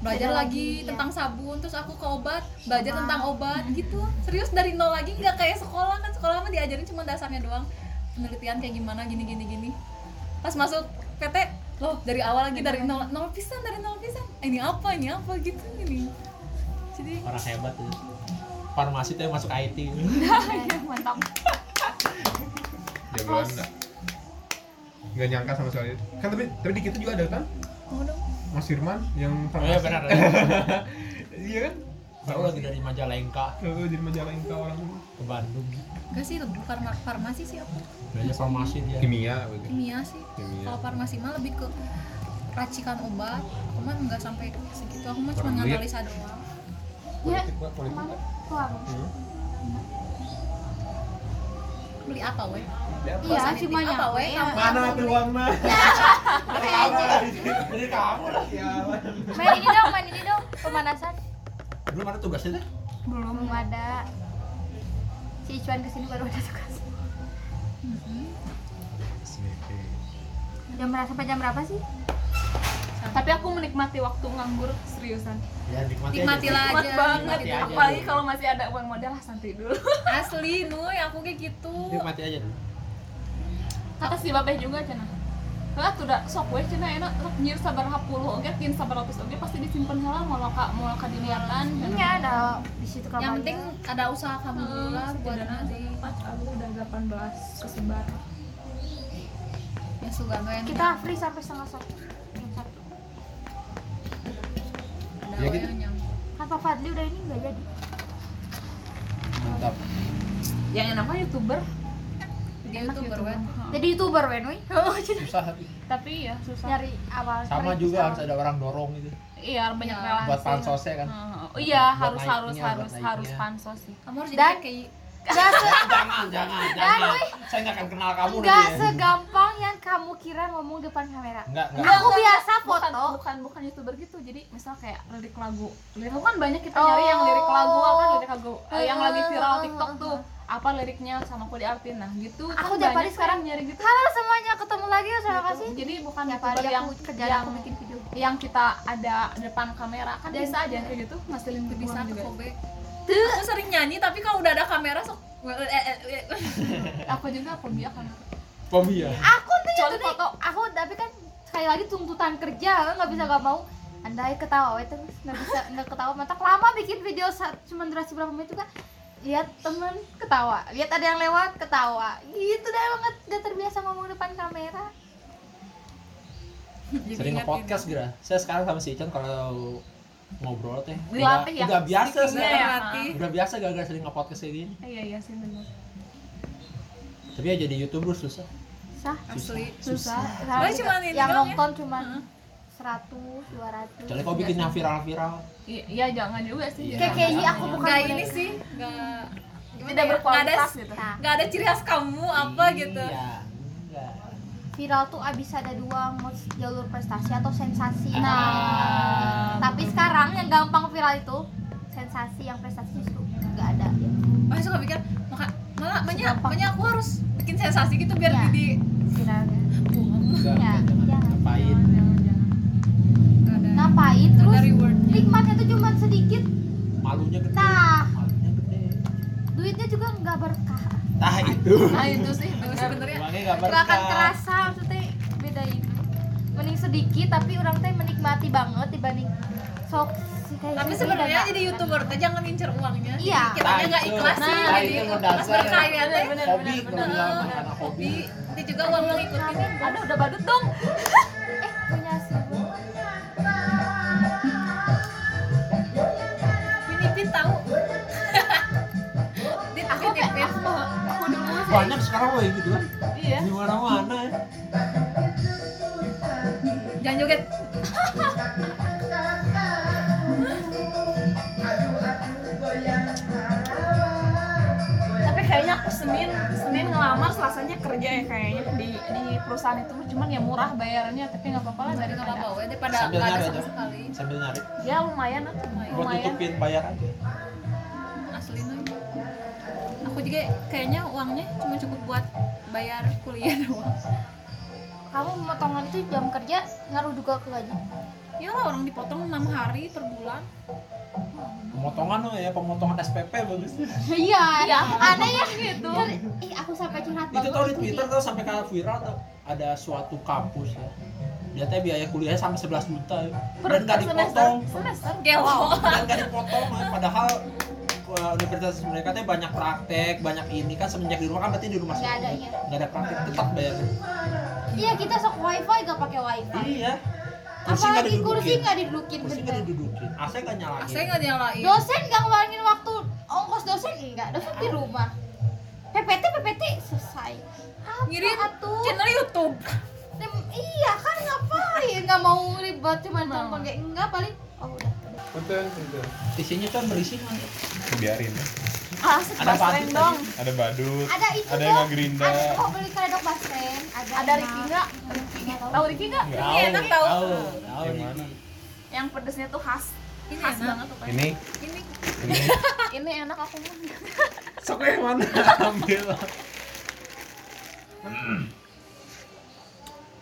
belajar
Belajar
lagi
lagi,
tentang sabun terus aku ke iya. obat belajar
Sama.
tentang obat gitu serius dari nol lagi nggak kayak sekolah kan sekolah mah diajarin cuma dasarnya doang penelitian kayak gimana gini gini gini pas masuk PT loh dari awal lagi dari nol nol pisan dari nol pisan ini apa ini apa gitu ini jadi
orang hebat ya farmasi tuh yang masuk IT
mantap
jagoan nggak nggak nyangka sama sekali kan tapi tapi di kita juga ada kan
mau dong
Mas Firman yang
oh iya benar
iya kan
baru lagi dari Majalengka
Lalu jadi majalah Inka orang dulu
ke Bandung
Enggak sih, lebih farma- farmasi sih aku.
belajar farmasi dia
kimia gitu
Kimia sih.
Kimia.
Kalau farmasi mah lebih ke racikan obat. Aku mah enggak sampai segitu. Aku mah cuma
Orang duit.
nganalisa doang.
ya
politik Pak, politik
kemarin
Pak.
tuh apa?
Hmm.
Beli apa, weh?
iya
Kosan
cuma
intim apa,
nyampe
weh?
ya.
Kamu-
mana tuh uangnya
Kayak
dari kamu lah
gitu. main ini dong main ini dong pemanasan
belum ada tugasnya deh
belum ada si Icuan kesini baru ada tugas jam berapa sampai jam berapa sih
Tapi aku menikmati waktu nganggur seriusan.
ya nikmati
Nikmatilah
Nikmat
aja,
banget.
nikmati
aja.
Apalagi kalau masih ada uang modal ah, santai dulu.
Asli, Nuy, aku kayak gitu.
aja nikmati aja dulu
Kata si Babeh juga cenah. Lah udah sok we cenah enak rek nyir sabar 10 oge kin sabar 100 oge pasti disimpan heula moal ka moal ka diniatan.
enggak Iya, ada di situ kamu
Yang
aja.
penting ada usaha kamu dulu lah buat nanti.
pas aku udah 18 kesebar.
Ya suka gak yang
kita free sampai setengah satu Jam satu.
ada
Ya
we
gitu.
yang nyambung.
kata Fadli udah ini nggak jadi
mantap
Yang enak mah YouTuber.
Dia youtuber banget.
jadi youtuber Wenwi
susah tapi
Tapi ya susah.
nyari awal
sama
free,
juga
sama.
harus ada orang dorong gitu
Iya banyak
Ya.
relasi.
buat pansosnya kan
Heeh. Oh iya
Buat
harus harus
naiknya, buat
harus harus
naiknya.
pansos sih.
Kamu harus
Dan-
jadi kayak
jangan jangan jangan saya nggak akan kenal kamu
nggak
nanti ya.
segampang yang kamu kira ngomong depan kamera
nggak nggak
aku biasa
Iya, bukan,
foto
bukan bukan youtuber gitu jadi misal kayak lirik lagu lirik lagu kan banyak kita
Oh.
nyari yang lirik lagu apa lirik lagu eh, yang lagi viral
Ah.
tiktok tuh apa liriknya sama aku diartin nah gitu
Aku tiap
jadi
hari sekarang
nyari gitu
halo semuanya ketemu lagi terima
Gitu.
kasih
jadi bukan
Tiap
youtuber
hari
yang
aku kerja
yang,
aku bikin video
yang kita ada depan kamera kan
Dan-
bisa aja kayak gitu ngasilin
Aku bisa
bisa
ke
juga
Kobe. Aku sering nyanyi tapi kalau udah ada kamera sok eh, eh, eh, eh.
aku juga aku biar kamera
Pomi ya
aku tuh
Kecuali
itu nih,
foto. Hmm.
aku tapi kan sekali lagi tuntutan kerja nggak bisa nggak mau andai ketawa we terus nggak bisa nggak ketawa mata lama bikin video sa- cuma durasi berapa menit juga lihat temen ketawa lihat ada yang lewat ketawa gitu deh banget udah terbiasa ngomong depan kamera
Jadi
sering
ingat
nge-podcast
ini.
gitu saya sekarang sama si Ichan kalau ngobrol teh udah,
Dilatih ya.
udah biasa
Iya,
Iya,
saya
ya.
mati.
udah biasa gara-gara sering nge-podcast kayak gini
iya iya sih benar
tapi ya jadi youtuber susah
sah
Asli.
susah
Paling cuman ini
yang
doang ya.
nonton cuma
Heeh.
100, 200
kecuali kau bikin yang viral-viral
iya jangan juga sih
Iya.
kayak kayak iya, aku bukan
Nggak
boneka.
ini sih, nggak
tidak berkualitas gitu
Nah,
Gak ada ciri khas kamu apa gitu.
iya enggak
viral tuh abis ada dua mau jalur prestasi atau sensasi
Ah.
nah tapi sekarang yang gampang viral itu sensasi yang prestasi justru nggak ada
Makanya suka mikir, maka- malah banyak
Gampang.
banyak aku harus bikin sensasi gitu biar
Iya.
jadi
viralnya
Hmm.
enggak
Ya,
enggak, jangan.
jangan.
ngapain
Nggak ada
ngapain
nggak ada
terus
rewardnya.
nikmatnya tuh cuma sedikit
malunya gede
Tah.
malunya gede
duitnya juga nggak berkah
tah itu
nah itu sih
Terus
benar
sebenarnya
uangnya nggak
nggak akan
berkah
kerasa maksudnya beda ini mending sedikit tapi orang teh menikmati banget dibanding sok si kayak
tapi
gini
sebenarnya
dan-
jadi youtuber teh jangan incer uangnya.
Iya.
Kita nggak
Nah, itu.
ikhlasin
Nah,
jadi
itu modal
pas
saya.
berkarya teh.
hobi kalau bilang karena hobi
Hobi nanti juga uang mengikuti.
aduh udah badut dong
eh punya sih
Ini Pin tahu. Dit
aku
Pin,
kayak
Pin.
aku, aku dulu sih
banyak sekarang loh yang gitu kan
iya
di mana-mana ya
Jangan joget.
tapi kayaknya aku senin senin ngelamar selasanya kerja ya kayaknya di di perusahaan itu cuman ya murah bayarannya tapi nggak apa-apa lah
Dari
dari
nggak apa-apa, we, daripada
Sambil
nggak ada
nyari
sama
aja.
sekali.
sambil nyari
ya lumayan lah
buat
lumayan
tutupin bayar aja
Asli Nuy. Aku juga kayaknya uangnya cuma cukup buat bayar kuliah doang.
kamu pemotongan itu jam kerja ngaruh juga ke gaji
Ya lah orang dipotong 6 hari per bulan.
pemotongan loh ya pemotongan SPP bagus
iya
Iya,
aneh ya
gitu
ih aku sampai curhat
itu gitu.
banget
tau di
itu
Twitter tau sampai kayak viral tau ada suatu kampus ya dia teh biaya kuliahnya sampai 11 juta ya. dan gak
semester
dipotong
semester
Gelo.
dan gak dipotong ya. padahal eh, universitas mereka teh banyak praktek banyak ini kan semenjak di rumah kan berarti di rumah
Nggak
semua.
ada, iya.
nggak ada praktek tetap bayar
iya kita sok wifi gak pakai wifi
iya kursi nggak
apalagi kursi
didudukin
nggak didudukin
kursi nggak
bener
didudukin AC nggak nyalain
Saya nggak nyalain.
dosen gak ngeluarin waktu ongkos dosen enggak dosen di rumah PPT PPT selesai apa
Ngirim
atuh
Channel YouTube.
Dem- iya kan ngapain nggak mau ribet cuma telepon kayak enggak paling oh udah
betul betul
isinya tuh berisi mana
biarin
asik
Ada
bahas
batik
dong
ada badut
ada itu
ada
tuh
yang ngegerinda
ada yang mau beli keredok basren ada
ada
yang
Riki
mau-
nggak
Nggak tahu.
tahu Riki nggak
Ini enak tau.
tahu tahu
Yang mana?
yang pedesnya tuh khas
Ini
khas
enak.
banget pokoknya
ini
Ini
ini
ini enak aku mau
sok eh, mana ambil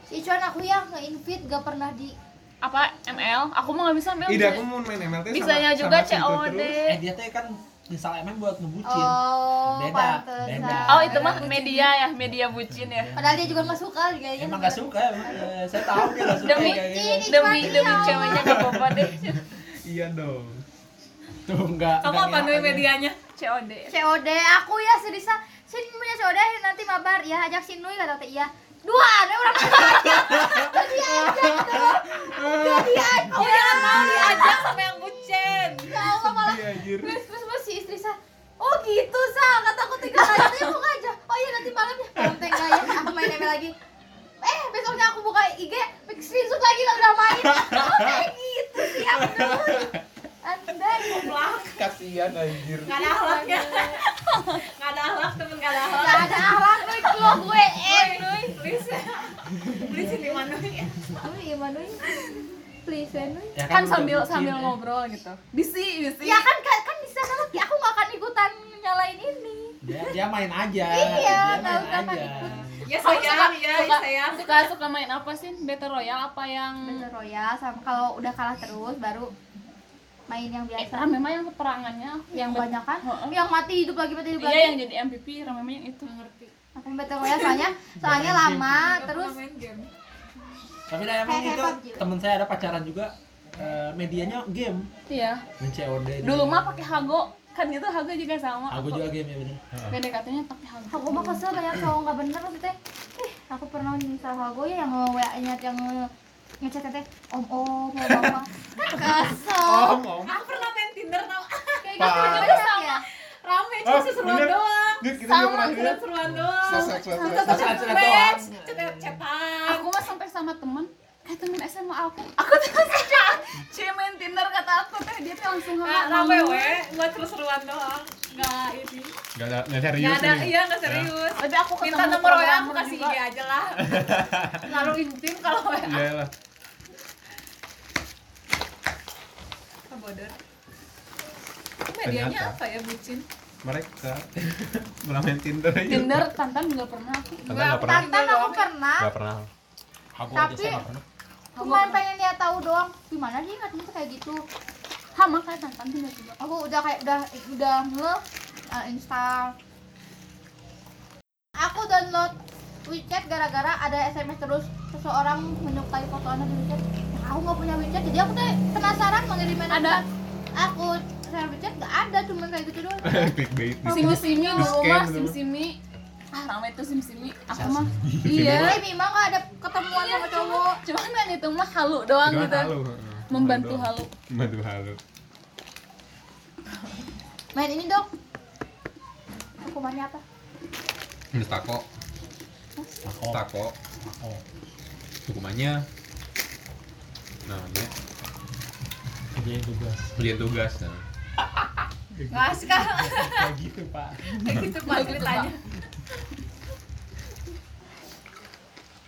si cuan aku yang nge-invite gak pernah di
apa ML aku mah nggak bisa ambil
Ida aku mau main MLT sama
bisanya juga
sama si itu
COD
terus.
eh dia teh kan misal emang buat ngebucin
oh
Beda,
pantesan.
beda.
oh itu mah media ya media bucin ya
padahal dia juga gak suka kayaknya
emang gak suka emang eh, saya tahu dia gak suka
Demi-
kayak gitu.
iya Ini
demi
cuman
demi
ya
ceweknya gak apa-apa deh
iya dong
tuh enggak
kamu apa nih medianya COD
COD aku ya si Risa Sin punya COD nanti mabar ya ajak si Nui kata teh iya dua ada orang jadi ajak jadi
Oh,
ajak
jangan mau diajak sama yang bucin.
ya Allah malah
iya anjir
terus terus terus si istri Sa oh gitu Sa kata aku tiga aja aku aja oh iya nanti malam ya malam teh enggak ya aku main ML lagi eh besoknya aku buka IG bikin screenshot lagi lah udah main oh, kayak gitu sih aduh anda
kasihan anjir
Gak ada akhlaknya. Gak ada akhlak temen gak ada akhlak.
gak ada akhlak Nui kalau gue eh Nui
Please. Please ini mana ya?
Nui gimana Nui ya. please ya Nui
Ya
kan
udah
sambil
bucin,
sambil
ya.
ngobrol gitu bisi bisi
Ya kan kan, kan di sana lagi aku gak akan ikutan nyalain ini.
dia, dia main aja
Iya,
dia
nggak
main
usah
aja
ikut.
Ya
Kamu
sayang, ya
suka,
sayang.
suka suka main apa sih battle royale apa yang
Bener Royal sama kalau udah kalah terus baru main yang
eh,
biasa.
rame mah yang peperangannya
Yang
Iya,
banyak kan?
Heeh.
Yang mati hidup lagi mati hidup
iya yang
lagi.
jadi MVP rame mah yang itu ngerti
Aku battle Royal ya, soalnya soalnya lama terus
tapi nah, emang
Kayak
itu
hebat gitu.
temen saya ada pacaran juga eh, medianya game
iya
main COD dia.
dulu mah pakai hago kan gitu hago juga sama
aku juga game ya bener
PDKT-nya pakai hago
aku mah kesel banyak cowok nggak bener maksudnya. Ih, aku pernah salah gue ya yang nge-WA-nya yang nge- ngechat teh om om om om kan kesel
om om
Aku pernah main Tinder tau.
kayak
Pak.
gitu juga
Banyak
sama
ya?
Rame
kan
cuma
Oh,
seseruan
bener.
doang.
Dit, kita juga
Sama
pernah lihat.
seru-seruan doang.
Sosok, sosok,
Satu
sosok.
Sosok-sosokan
match,
doang.
cetak-cetak.
aku mah sampai sama temen eh temen SMA aku aku tuh kasih cewek cewek main Tinder kata aku teh dia tuh langsung
Nggak
ngomong.
rame we, buat seru-seruan doang. Nggak ini.
Gak ada, gak serius
Nggak ada,
ini.
iya nggak
Ya.
serius.
tapi aku ketemu
Minta nomor WA aku
programmer
kasih
juga.
IG aja lah. Terlalu intim kalau WA.
Iya lah
Kebodoran. Medianya
Ternyata.
apa ya bucin?
mereka malah main Tinder aja
Tinder tantan juga pernah aku
Tantan nggak pernah
tantan aku pernah
nggak pernah
aku aja
Tapi-
saya nggak pernah
cuman pengen dia tahu doang gimana sih nggak tuh kayak gitu
sama kayak tantan Tinder juga
aku udah kayak udah udah nge uh, install aku download WeChat gara-gara ada SMS terus seseorang menyukai foto anak di WeChat nah, aku nggak punya WeChat jadi aku tuh penasaran mengirim
Ada.
aku share WeChat nggak ada cuman kayak gitu doang
Iya. clickbait
simi simi dulu
Di-scan
mah
dulu.
sim simi ah ramai tuh sim simi aku mah iya
tapi memang nggak ada ketemuan sama cowok
cuman kan itu mah halu doang
Cuman
gitu
halu, heeh.
membantu
Doang.
halu
membantu halu
main ini dong hukumannya apa
Mustako
aku
Mustako
aku
hukumannya namanya
kerjain tugas
ujian tugas kan
Nggak asik ah.
kayak gitu pak
Kayak gitu Pak ceritanya.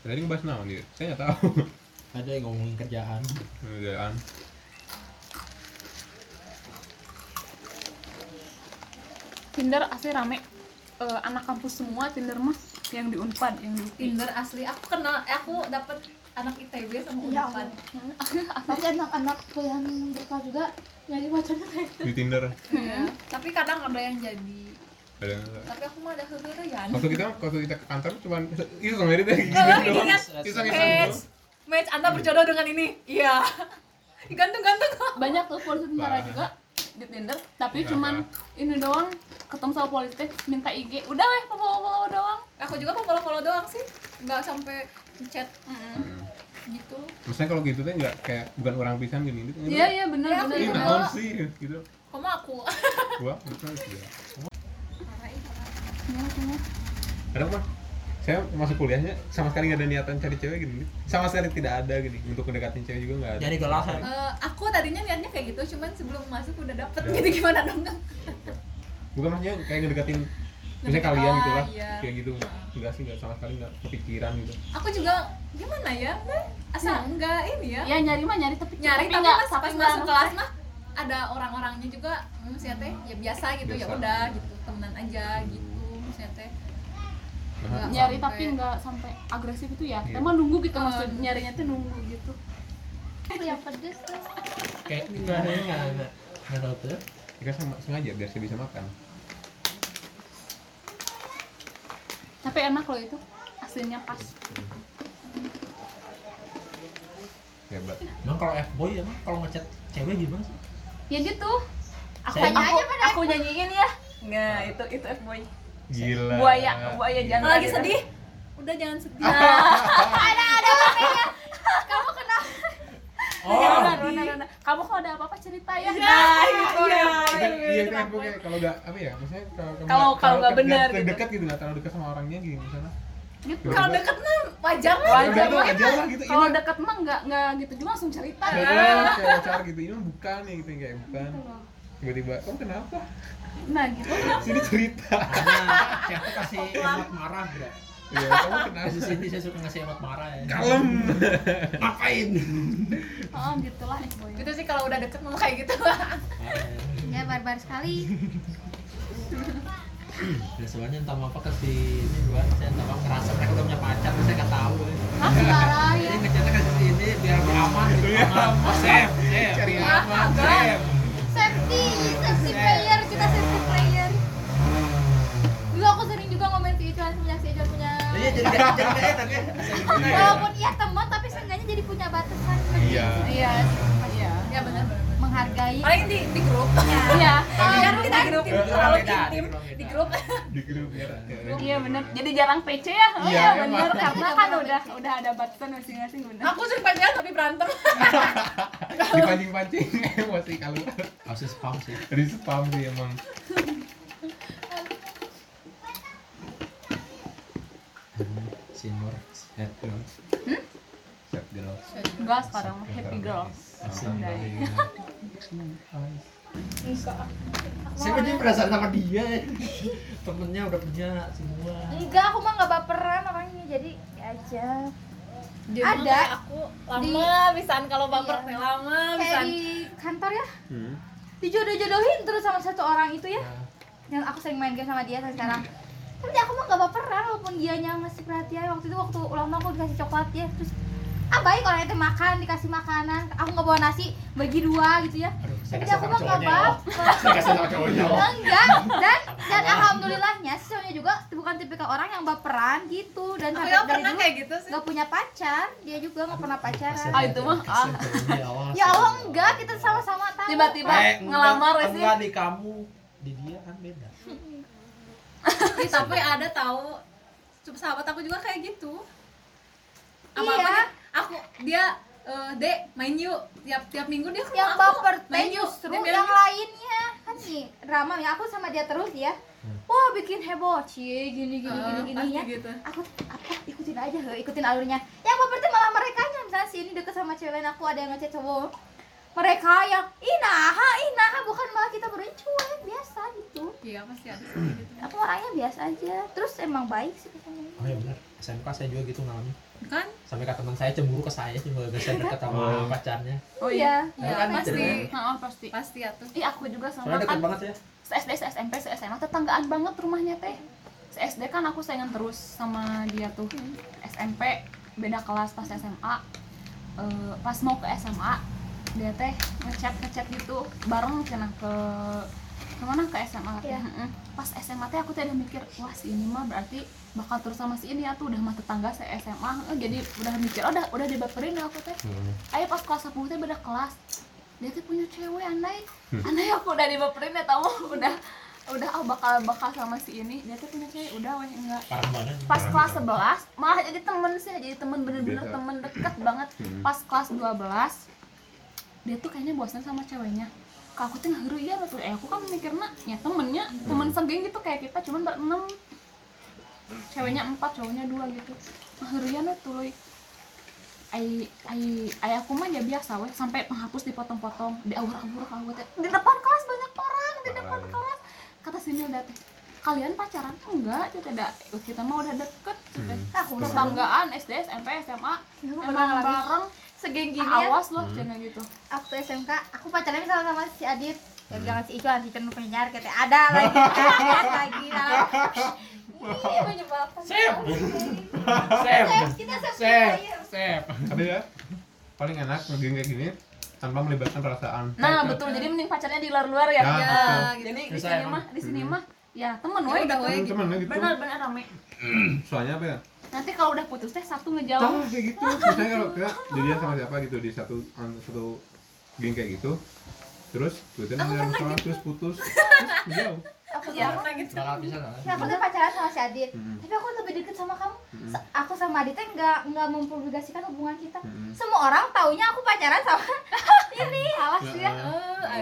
tadi ngebahas naon dia saya nggak tahu
ada yang ngomongin kerjaan
kerjaan
Tinder asli rame Eh, anak kampus semua Tinder mah yang di Unpad yang di UPI.
Tinder asli aku kenal eh, aku dapet anak ITB sama
Ya
Unpad.
pasti anak-anak kuliah mereka juga nyari pacarnya kayak
di Tinder
Iya. Tapi kadang ada yang jadi.
ada yang-
Tapi aku mah ada hehehe ya.
waktu kita waktu kita ke kantor cuman iseng aja deh gitu
Kalau
doang gitu.
ingat
iseng iseng
match, match Anda berjodoh dengan ini. Iya. Gantung-gantung.
banyak tuh polisi tentara
Parah.
juga di Tinder tapi
Parah.
cuman ini doang ketemu sama polisi teh, minta IG udah weh follow follow doang
Aku juga mau follow-follow doang sih. Nggak sampai chat gitu.
maksudnya kalau gitu teh nggak kayak bukan orang pisan gini gitu
iya iya bener
Ya,
bener
ini
iya.
bener.
naon sih gitu
Kamu aku.
gua misalnya gitu. kadang mah saya masuk kuliahnya sama sekali nggak ada niatan cari cewek gini sama sekali tidak ada gini untuk mendekatin cewek juga nggak ada
jadi gelas kan
Eh, aku tadinya niatnya kayak gitu, cuman sebelum masuk udah dapet gitu gimana dong?
bukan maksudnya kayak ngedekatin misalnya
Ngedeketin,
kalian gitu
ah,
lah
iya.
kayak gitu enggak sih enggak sama sekali enggak kepikiran gitu
Aku juga gimana ya? Asal enggak ini ya.
ya nyari mah nyari tapi
nyari tapi
nggak
pas,
tapi
pas
nggak
masuk kelas mah ada orang-orangnya juga hmm, saya teh ya biasa gitu ya
Biasa.
udah gitu temenan aja gitu saya teh
Nah,
Nggak
nyari
sampai-
tapi nggak sampai agresif itu ya
Iya.
emang nunggu gitu
Eh,
maksud nyarinya tuh nunggu gitu
Aku yang pedes tuh.
kayak itu ada yang nggak nggak tahu tuh
Ika sama sengaja biar saya bisa makan.
tapi enak loh itu asinnya pas
Hebat.
Iya.
emang kalau F boy emang kalau ngechat cewek gimana sih
ya gitu aku
Saya-
aku,
aja pada
aku nyanyiin ya
Nggak, itu itu F boy.
Gila. Iya.
Buaya, buaya jangan.
kalau lagi sedih udah jangan sedih
oh
Nona, Nona, Nona. kamu kalau ada apa-apa cerita ya
Nah, gitu ya.
Iya, iya, kan aku kayak kalau nggak apa ya, maksudnya kalau
Kalau- kalau nggak benar
gitu.
gitu.
dekat gitu nggak terlalu dekat sama orangnya gitu misalnya.
Gitu.
Tiba-tiba,
kalau deket mah wajar lah
Udah
wajar
tuh
banget.
aja lah gitu.
kalau
ini-
deket mah nggak nggak gitu juga langsung cerita
Kayak
gitu
doang, kayak pacar gitu, ini mah bukan ya gitu, kayak bukan
loh.
Tiba-tiba, kamu kenapa?
nah gitu
Sini cerita
karena chat tuh kasih emot marah gak
Iya, kamu kenapa?
kasih sini saya suka ngasih emot marah ya
Kalem
ngapain
oh gitulah eh, boy.
gitu sih kalau udah deket mau kayak gitu lah
Ya barbar sekali.
Ya, soalnya entah mau apa kasih ini buat saya entah apa ngerasa mereka udah punya pacar terus saya nggak tahu ya.
ah parah
jadi
ya
ngechatnya kasih sini biar aman gitu aman oh, safe safe
Iya. Cari aman, Sam
Safety, safety player, kita safety player. Dulu aku sering juga ngomongin si Icuan punya si Icuan punya.
iya jadi nggak- jadi nggak enak ya
Walaupun iya teman tapi seenggaknya jadi punya batasan.
Iya.
iya iya
ya benar
Menghargai.
paling di di grup
iya
kan kita
grup.
intim, terlalu
Beda, di
intim
grup beda.
di grup
Di grup ya
Iya benar. Jadi jarang PC ya? Oh
Iya,
iya benar
emang.
karena kan udah udah ada batasan masing-masing benar.
aku sering pacaran tapi berantem
Dipancing-pancing emosi kalau
harusnya spam sih
Di spam sih emang
Hmm, sinur eh,
Sad girl Sad girl
Enggak sekarang mah happy girl.
Nah, iya. saya jadi perasaan sama dia ya. temennya udah punya semua
Enggak, aku mah nggak baperan orangnya jadi ya aja.
Dia
Ada.
bilang kayak aku lama pisan kalau baper
Iya.
teh lama
Kayak
pisan
di kantor ya,
Hmm.
dijodoh-jodohin terus sama satu orang itu
Iya.
ya. Yang aku sering main game sama dia sampai sekarang. Tapi aku mah nggak baperan walaupun dianya ngasih perhatian waktu itu waktu ulang tahun aku dikasih coklat ya terus ah baik orang itu makan dikasih makanan aku nggak bawa nasi bagi dua gitu ya
aduh saya
tapi
kesel
aku
sama
mah
cowoknya ya saya
nggak baper
kesel sama cowoknya ya.
enggak dan dan alhamdulillahnya si cowoknya juga bukan tipikal orang yang baperan gitu dan
aku
sampai
yang
dari
pernah
dulu
kayak gitu sih
nggak punya pacar dia juga nggak pernah pacaran
Ah, itu mah, ah.
Kasihan cowoknya, oh, awas.
ya Allah enggak kita sama-sama tahu
Tiba-tiba
Eh, enggak,
ngelamar ya sih.
enggak di kamu di dia kan beda
Ih, tapi ada tahu Cuma sahabat aku juga kayak gitu apa apa
Iya.
aku dia eh, dek main yuk tiap tiap minggu dia ke
yang
rumah aku,
baper teh
main yuk
justru
dia bilang gitu.
yang lainnya kan nih drama ya aku sama dia terus ya wah bikin heboh cie gini gini
"Eh,
gini gini
pasti
ya
gitu
aku tuh, apa ikutin aja he, ikutin alurnya yang baper tuh malah mereka nya misalnya si ini deket sama cewek lain aku ada yang ngechat cowok mereka yang inaha inaha bukan malah kita berdua cuek biasa gitu
iya pasti ada sih kayak gitu
aku orangnya biasa aja terus emang baik sih kesannya
oh ya benar SMK saya juga gitu ngalamin
kan
sampai kata teman saya cemburu ke saya cuma gak bisa deket sama pacarnya
Oh
iya
iya
kan
pasti
gitu.
Heeh, pasti.
pasti atuh
Ih, aku juga sama
soalnya deket
kan
banget ya
se SD, se SMP, se SMA tetanggaan banget rumahnya teh. Se SD kan aku saingan terus sama dia tuh. SMP beda kelas pas SMA. Eh, pas mau ke SMA dia teh ngechat ngechat gitu bareng cina ke kemana ke SMA teh.
Iya.
Heeh. pas SMA teh aku teh udah mikir wah si ini mah berarti bakal terus sama si ini ya tuh udah mah tetangga se SMA Heeh, jadi udah mikir "Oh, udah udah dibaperin lah aku teh ayo pas kelas 10 teh beda kelas dia tuh punya cewek aneh aneh aku udah dibaperin ya tau udah udah oh bakal bakal sama si ini dia tuh punya cewek udah weh enggak
parah banget
pas kelas 11 malah jadi temen sih jadi temen bener-bener
Beda.
temen deket banget
Hmm.
pas kelas 12 dia tuh kayaknya bosan sama ceweknya Kak, aku tuh ngehuru iya betul eh aku kan mikirnya ya temennya
Hmm.
temen segeng gitu kayak kita cuman berenam ceweknya empat cowoknya dua gitu ngehuru iya betul loh ai ai ai aku mah ya biasa weh sampai penghapus dipotong-potong diawur-awur kalau teh di depan kelas banyak orang di depan
Parah.
kelas kata sini udah teh kalian pacaran enggak kita udah kita mah udah deket
Hmm.
Ya,
tetanggaan SD SMP SMA emang bareng ah,
segeng gini ya
awas loh
Hmm.
jangan gitu
waktu SMK aku pacarnya sama sama si Adit ya bilang si Icuan si Cendu penyiar kata ada lagi ada lagi lah ini menyebalkan
Sip. Sep,
Sep, kita sep
sep,
kita, yuk.
sep.
tapi ya paling enak ngegeng kayak gini tanpa melibatkan perasaan
nah betul jadi mending pacarnya di luar-luar
Ya,
ya
Iya,
ya
betul.
gitu.
jadi di
Bisa
sini
emang.
mah di sini
Hmm.
mah ya temen
Ya
we
udah,
gitu.
we.
teman-teman ya gitu
benar benar rame
soalnya apa ya
nanti kalau udah putus teh satu
tahu
ngejauh
kayak gitu misalnya kalau kita jadian sama siapa gitu di satu satu geng kayak gitu terus kita jalan sama terus putus terus jauh
aku
Iya,
sama
pernah gitu.
Bakal bisa lah.
Nah, aku tuh pacaran sama si Adit
Mm-mm.
tapi aku lebih deket sama kamu
Mm-mm.
Se- aku sama Adit teh nggak nggak mempublikasikan hubungan kita
Mm-mm.
semua orang taunya aku pacaran sama ini awas
Ya,
ya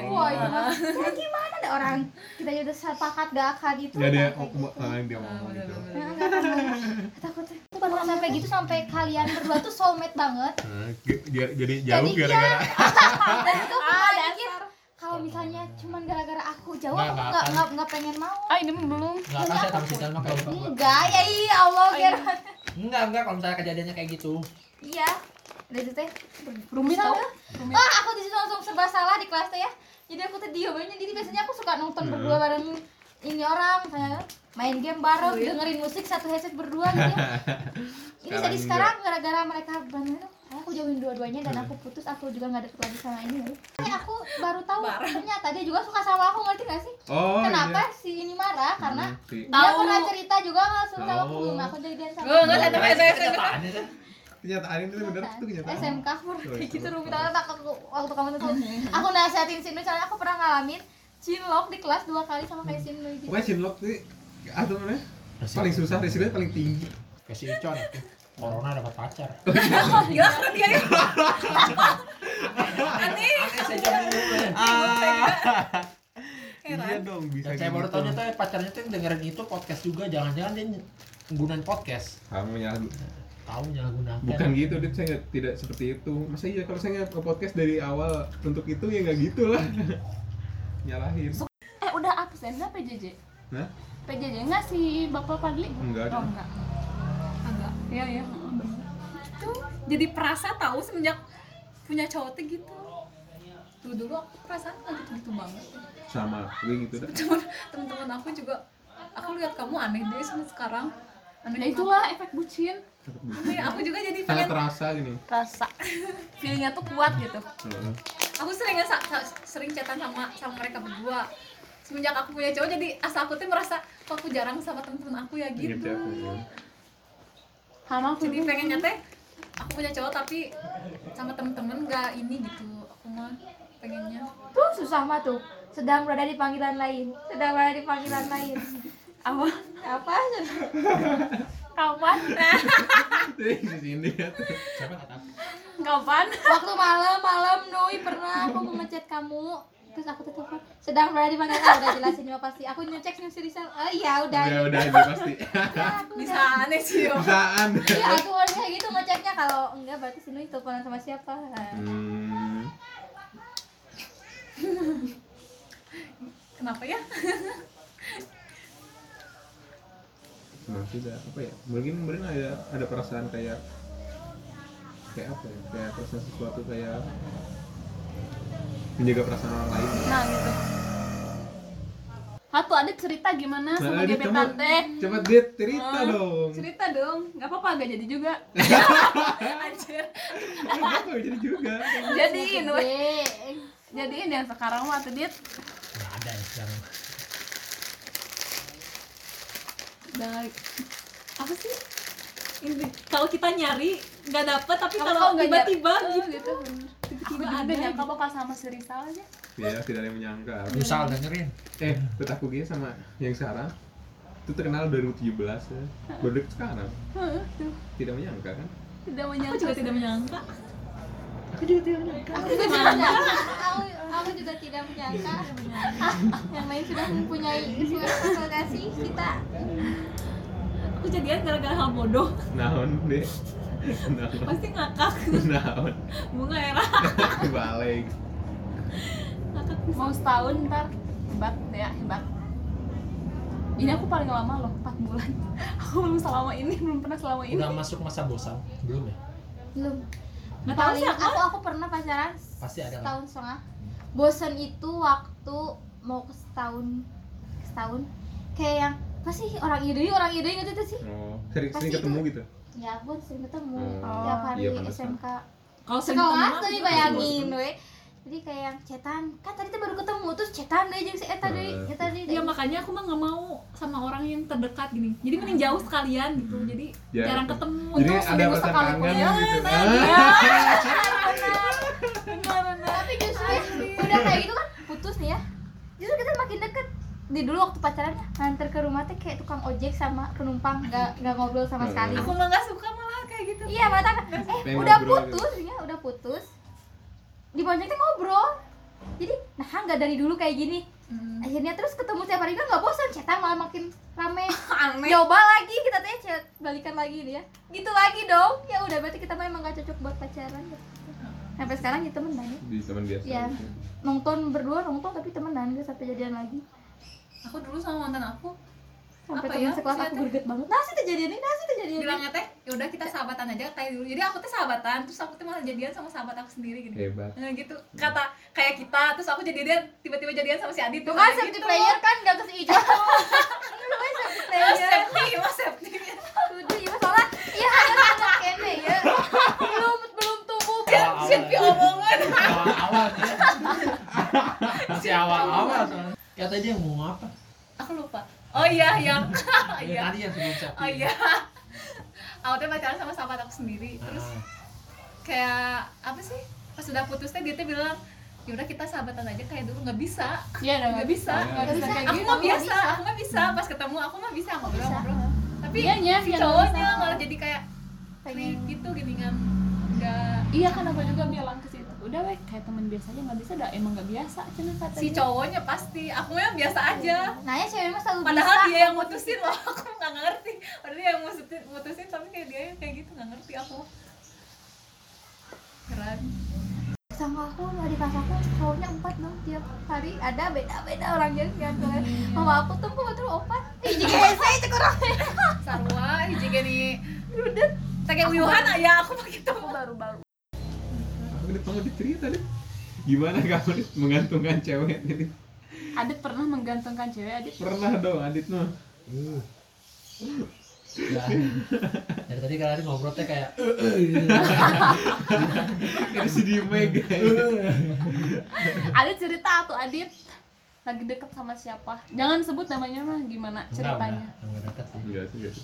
eh.
wah itu mah Ya, gimana ada orang kita udah sepakat gak akan itu
ya dia
Kayak
ngomong
gitu.
eh, dia ngomong gitu
Ya, nggak akan ngomong. takut tuh kalau sampai gitu sampai kalian berdua tuh soulmate banget
Eh, ge- dia- jadi jauh
Jadi iya.
gara-gara
dan itu aku pernah mikir kalau misalnya cuman gara-gara aku jauh
Nggak,
aku
nggak
nggak
akan.
nggak nggak pengen mau
ah ini mah belum
Nggak akan saya tahu sih sama kalau bukan gua.
enggak ya iya Allah
Oh,
biar
Enggak, enggak kalau misalnya kejadiannya kayak gitu.
iya dari itu teh
rumit
Bisa
tau
nggak? wah aku di situ langsung serba salah di kelas teh ya jadi aku tuh diem aja jadi biasanya aku suka
Hmm.
nonton berdua bareng ini orang misalnya main game bareng
Iya.
dengerin musik satu headset berdua gitu ya. ini
Sekarang
jadi sekarang gara-gara mereka berantem tuh, "Ah, aku jauhin dua-duanya dan aku putus aku juga nggak deket lagi sama ini Eh,
Hmm.
aku baru tahu ternyata dia juga suka sama aku ngerti gak sih
oh
kenapa
iya
si ini marah karena
Hmm, si-
dia
Tahu.
pernah cerita juga nggak suka sama aku
Tahu.
belum aku jadian sama
Gue nggak
dia.
sampai saya
Kenyataannya kan.
kenyataan itu bener itu kenyataan Oh,
SMK aku pernah
Sorry,
kayak gitu
sorry.
rumit banget aku waktu kamu tuh aku nasehatin Sindu soalnya aku pernah ngalamin cinlok di kelas dua kali sama
Hmm.
kayak Sindu gitu
pokoknya cinlok sih atau mana paling susah risikonya paling tinggi
Kayak si Icon. Corona dapat pacar.
Gila kan dia ya.
Aneh. Aneh saya gitu. jangan dulu.
iya dong bisa
Dan Ah, saya baru tahu ternyata pacarnya tuh yang dengerin itu podcast juga. Jangan-jangan dia gunain podcast.
kamu nyala
Tahu nyalahgunakan.
bukan gitu dit saya nggak- tidak seperti itu masa iya kalau saya nggak ke podcast dari awal untuk itu ya nggak gitu lah nyalahin
eh udah absen nggak PJJ
nah
PJJ nggak si bapak Fadli
enggak
oh
dong
enggak
Agak.
iya iya
Tuh, jadi perasa tahu semenjak punya cowok tuh gitu. Dulu dulu aku perasaan nggak gitu-gitu banget.
sama gue gitu dah
Cuman teman-teman aku juga aku lihat kamu aneh deh sama sekarang. Aneh
nah
banget.
itulah efek bucin
Aneh, aku juga jadi
sangat
pengen
terasa gini
rasa feelingnya tuh kuat gitu
Heeh.
aku sering sa- sa- sering chatan sama sama mereka berdua semenjak aku punya cowok jadi asal aku tuh merasa kok aku jarang sama teman-teman aku ya gitu
Gitu aku, ya.
sama aku
jadi pengennya teh aku punya cowok tapi sama temen-temen gak ini gitu aku mah pengennya
tuh susah mah tuh sedang berada di panggilan lain sedang berada di panggilan lain apa apa
kapan
Jadi di sini ya tuh.
Siapa kata?
kapan
waktu malam malam Noi pernah aku ngechat kamu terus aku tuh telepon sedang berada di panggilan lain udah jelasin mah pasti aku nyecek sih si Rizal oh iya udah
udah udah aja pasti
udah, aku
bisa
udah.
aneh sih yo
bisaan
Iya, aku orangnya gitu ngeceknya kalau enggak berarti si Nui teleponan sama siapa?
Hmm.
kenapa ya
masih ada apa ya mungkin mungkin ada ada perasaan kayak kayak apa ya kayak perasaan sesuatu kayak menjaga perasaan orang lain
nah gitu Hatu ada cerita gimana
Nah,
sama
Dit,
gebetan
kamu-
teh?
coba dia cerita dong
Cerita dong, nggak apa-apa gak jadi juga.
Enggak tahu jadi juga
Jadiin, weh.
Eh,
jadiin yang sekarang mah tuh dit.
Nggak ada ya sekarang.
Udah
apa sih ini kalau kita nyari nggak dapet tapi
Kalau
kalau
nggak
tiba-tiba
"Oh,
nyari,
gitu
gitu. Aku
tiba-tiba
juga
ada
nyangka
gitu.
bakal sama si Rizal aja.
ya tidak ada yang menyangka
Misal dengerin.
eh tetap gue sama yang sekarang itu terkenal 2017 ya baru deket sekarang tidak menyangka kan
Tidak menyangka.
aku juga tidak menyangka
aku juga tidak menyangka. Aku, aku juga tidak menyangka. Yang lain sudah mempunyai isu konsultasi kita.
aku jadian gara-gara hal bodoh
naon deh naon
pasti ngakak
naon
bunga era
balik
ngakak
Mau setahun ntar hebat ya hebat. Ini aku paling lama loh, 4 bulan. Aku belum selama ini, belum pernah selama ini.
Udah masuk masa bosan belum ya?
Belum.
Nggak tahu
paling
sih aku.
aku aku pernah pacaran
Pasti ada lah.
setahun setengah bosen itu waktu mau ke setahun ke setahun kayak yang apa sih orang ide orang ide gitu tuh sih
Oh, sering,
Pasti
sering ketemu gitu.
ya aku sering ketemu
Oh,
tiap hari
iya, pantesan.
SMK
Kalau sering
sekolah
ketemu,
tuh dibayangin we jadi kayak yang cetan kan tadi tuh baru ketemu terus cetan deh jeung si eta deui
Eh.
eta deui
Ya makanya aku mah nggak mau sama orang yang terdekat gini. Jadi mending jauh sekalian
Hmm.
gitu. Jadi
Jarang
jarang
ketemu.
ketemu.
Ya, Jadi
Terus
ada
seminggu
rasa
sekali
kangen
kuliah.
gitu.
tapi justru Ah, udah kayak gitu kan putus nih ya justru kita makin deket di dulu waktu pacaran nganter ke rumah teh kayak tukang ojek sama penumpang nggak nggak ngobrol sama
Hmm.
sekali
aku mah nggak suka malah kayak gitu
iya mata eh
Pengen
udah
ngobrol gitu.
putus ya udah putus di bonceng teh ngobrol jadi nah nggak dari dulu kayak gini
Hmm.
akhirnya terus ketemu tiap hari kan nggak bosan cetan malah makin rame
aneh
coba lagi kita teh chat balikan lagi nih ya gitu lagi dong ya udah berarti kita memang gak cocok buat pacaran sampai sekarang ya temen banyak
Di teman biasa.
Iya.
gitu.
nonton berdua nonton tapi temenan gak sampai jadian lagi
aku dulu sama mantan aku
sampai
Apa
temen
ya?
sekelas aku
Maksudnya
greget banget nasi terjadian ini nasi terjadian ini
bilangnya teh yaudah kita sahabatan aja kayak dulu jadi aku teh sahabatan terus aku tuh malah jadian sama sahabat aku sendiri gini
Hebat.
Nah, gitu kata kayak kita terus aku jadian tiba-tiba jadian sama si Adit
tuh kan
kayak
safety
gitu.
player kan gak kasih ijo Tuh safety
Ah,
player
safety mas safety
tujuh iya soalnya iya ada anak kene ya belum belum tumbuh
Awal-awal.
safety omongan
Awal-awal ya. Masih awal-awal soalnya. Ya tadi yang mau apa?
aku lupa oh iya yang
Ya,
iya
tadi yang sebelum Shopee.
oh iya aku tuh pacaran sama sahabat aku sendiri terus
Ah.
kayak apa sih pas udah putus teh dia tuh bilang yaudah kita sahabatan aja kayak dulu nggak bisa
Iya, udah nggak
nggak bisa
Nggak
bisa kayak
aku mah
gitu, nggak
biasa
bisa.
aku mah bisa pas ketemu aku mah bisa ngobrol
bisa.
ngobrol tapi
Dianya,
si
dia nggak
cowoknya
bisa.
malah jadi kayak
pengen
"Ih, gitu geningan nggak
Iya kan aku juga bilang ke situ. Udah weh, kayak teman biasa aja nggak bisa dah. Emang nggak biasa cina katanya.
si cowoknya pasti aku mah biasa aja
nah ya cewek mah selalu
padahal
bisa
dia yang mutusin loh aku nggak ngerti padahal dia yang mutusin mutusin tapi kayak dia yang kayak gitu nggak ngerti aku keren
sama aku di kelas aku cowoknya empat dong tiap hari ada beda beda orangnya iya, sih aku sama aku tuh aku betul empat ih jika saya itu kurang
sarwa hiji gini pakai uyuhan ya aku pakai
Aku
temu
baru-baru
Aku udah pengen dicerita deh. Gimana kamu Dit, menggantungkan cewek ini?
Adit pernah menggantungkan cewek Adit.
Pernah dong Adit mah.
Uh. Ya. Dari tadi kalian ngobrol teh kayak "Eh, eh," gitu.
Kayak si Dime guys.
Adit cerita tuh Adit lagi deket sama siapa? Jangan sebut namanya mah gimana
Enggak,
ceritanya.
enggak. Enggak ya, deket sih.
Enggak sih, enggak sih.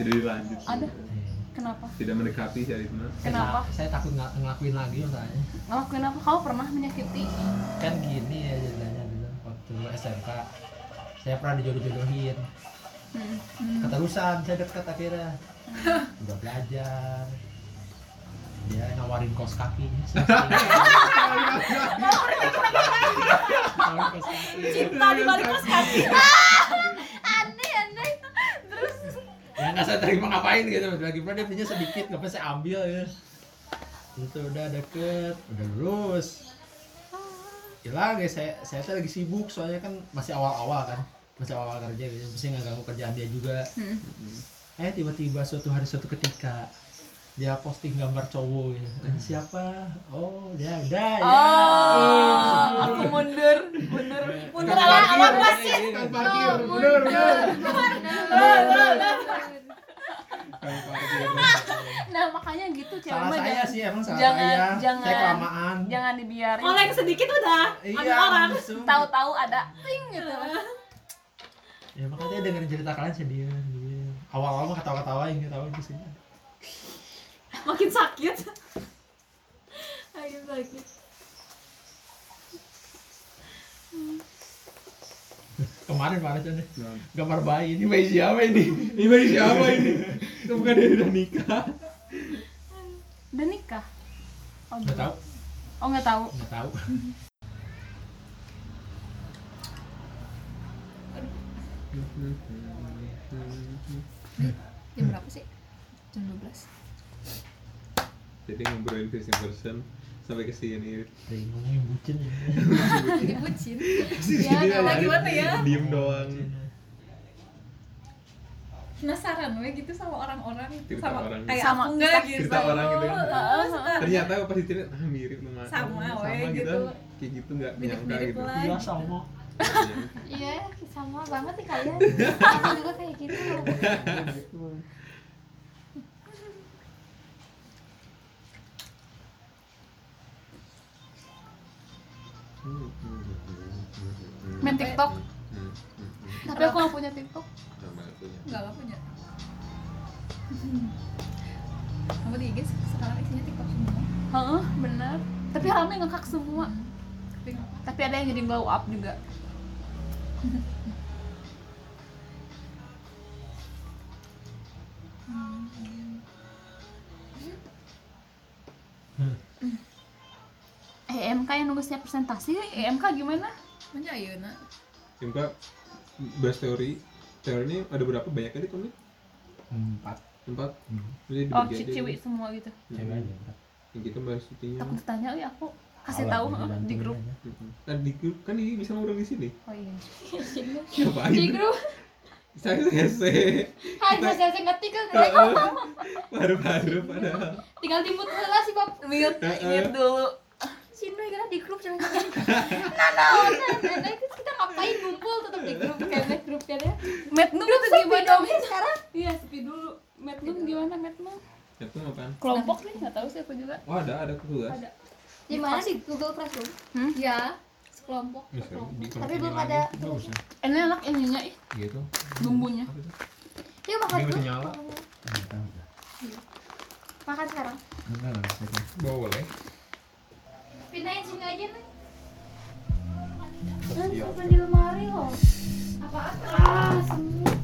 Tidak dilanjut.
Ada.
Iya.
Kenapa?
Tidak mendekati si Adit mah.
Saya
Kenapa?
tak- Saya takut nggak ngelakuin lagi soalnya.
Ngelakuin apa? Kamu pernah menyakiti?
Kan gini ya ceritanya dulu waktu SMK saya pernah dijodoh-jodohin
Hmm.
keterusan saya deket akhirnya udah belajar dia nawarin kos kaki nawarin kos kaki
cinta di balik kos kan? kaki
Ah, aneh aneh
ya nggak saya terima ngapain gitu lagi pula dia punya sedikit nggak apa saya ambil ya itu udah deket udah lulus hilang ya saya saya tuh lagi sibuk soalnya kan masih awal-awal kan masih awal kerja gitu mesti nggak ganggu kerjaan dia juga
Hmm.
eh tiba-tiba suatu hari suatu ketika dia posting gambar cowok gitu. Eh,
Hmm.
siapa oh dia udah ya
Oh,
Iya.
aku mundur, mundur.
mundur ala ala wasit
Kan
tuh
parkir,
mundur
bener. Kan parkir.
Nah makanya gitu cewek
salah
mah
saya
jangan-
sih emang salah
jangan-
saya saya
jangan-
kelamaan
Jangan dibiarin.
oleng sedikit udah
iya
orang.
langsung.
Tahu-tahu ada
gitu.
ya makanya dengerin cerita kalian sedih awal-awal mah ketawa-ketawain gitu ketawain ke sini
makin sakit makin sakit
kemarin kemarin tuh nih,
Nah,
gambar bayi ini bayi siapa ini
Ini bagi siapa ini? Itu bukan dia udah nikah.
Udah nikah? Oh,
nggak
belum.
tahu
Oh nggak tahu.
nggak tahu
jam berapa sih jam 12
Jadi ngobrolin first impression sampai ke sini.
dari ngomongin bucin ya
jadi bucin
Sini
Ya,
aja,
lagi mana ya?
Diem doang.
penasaran we gitu sama orang-orang
Cerita
sama
orang.
kayak
Sama,
aku enggak
kisah-
gitu
cerita orang gitu kan.
Heeh, suka
ternyata apa sih cerita ah, mirip sama
Sama,
sama
weh,
gitu.
gitu.
kayak gitu nggak menyangka
mirip-mirip
gitu
lagi
sama
Iya, sama banget sih kalian. Aku juga kayak gitu.
Main TikTok.
Hmm, hmm, hmm.
Tapi aku nggak punya TikTok.
Sama aku ya.
enggak lah punya kamu di IG sekarang isinya TikTok semua
Heeh, bener. Tapi rame ngekak semua.
tapi nggak apa-apa.
Tapi ada yang jadi glow up juga. Hmm. EMK E yang nunggu setiap presentasi, EMK gimana?
Manja ayeuna.
Simka, bahas teori teori ini ada berapa banyak aja kamu
empat
empat
Hmm.
jadi
Oh,
dibagi aja.
cewek semua gitu.
Hmm.
cewek aja empat
yang kita bahas cutinya
Takut ditanya, ya aku kasih tahu heeh, di grup.
Hmm. kan di grup kan ini bisa ngobrol di sini
Oh iya.
ngapain
Di grup,
saya hese
hai saya saya ngetik kan.
baru-baru padahal
Tinggal timut lah si Bob.
Mute, mute dulu.
Cino ya di grup cuma kayak Nana, Nana itu kita ngapain ngumpul tetap di grup kayak make grup kan ya.
Metnum
Grup
tuh
sepi
gimana?
dong ya sekarang.
Iya, sepi dulu.
Iya.
Metnum gimana Metnum?
itu apaan
Kelompok nih, nggak tahu sih aku juga.
kan? oh ada ada tugas
Ada.
Gimana sih Google Classroom?
ya
Iya.
sekelompok
Bisa, bisa
Tapi
bikin
belum
lagi.
ada-
Bagus ya.
Ini enak ininya ih,
gitu
bumbunya.
Apa tuh?
Yuk makan
Dia udah
dulu.
nyala.
Enggak, enggak.
Makan sekarang.
Enggak, enggak, enggak.
boleh
Pindahin sini aja nih.
Iya.
Kan di lemari loh. Apaan? Ah, semua.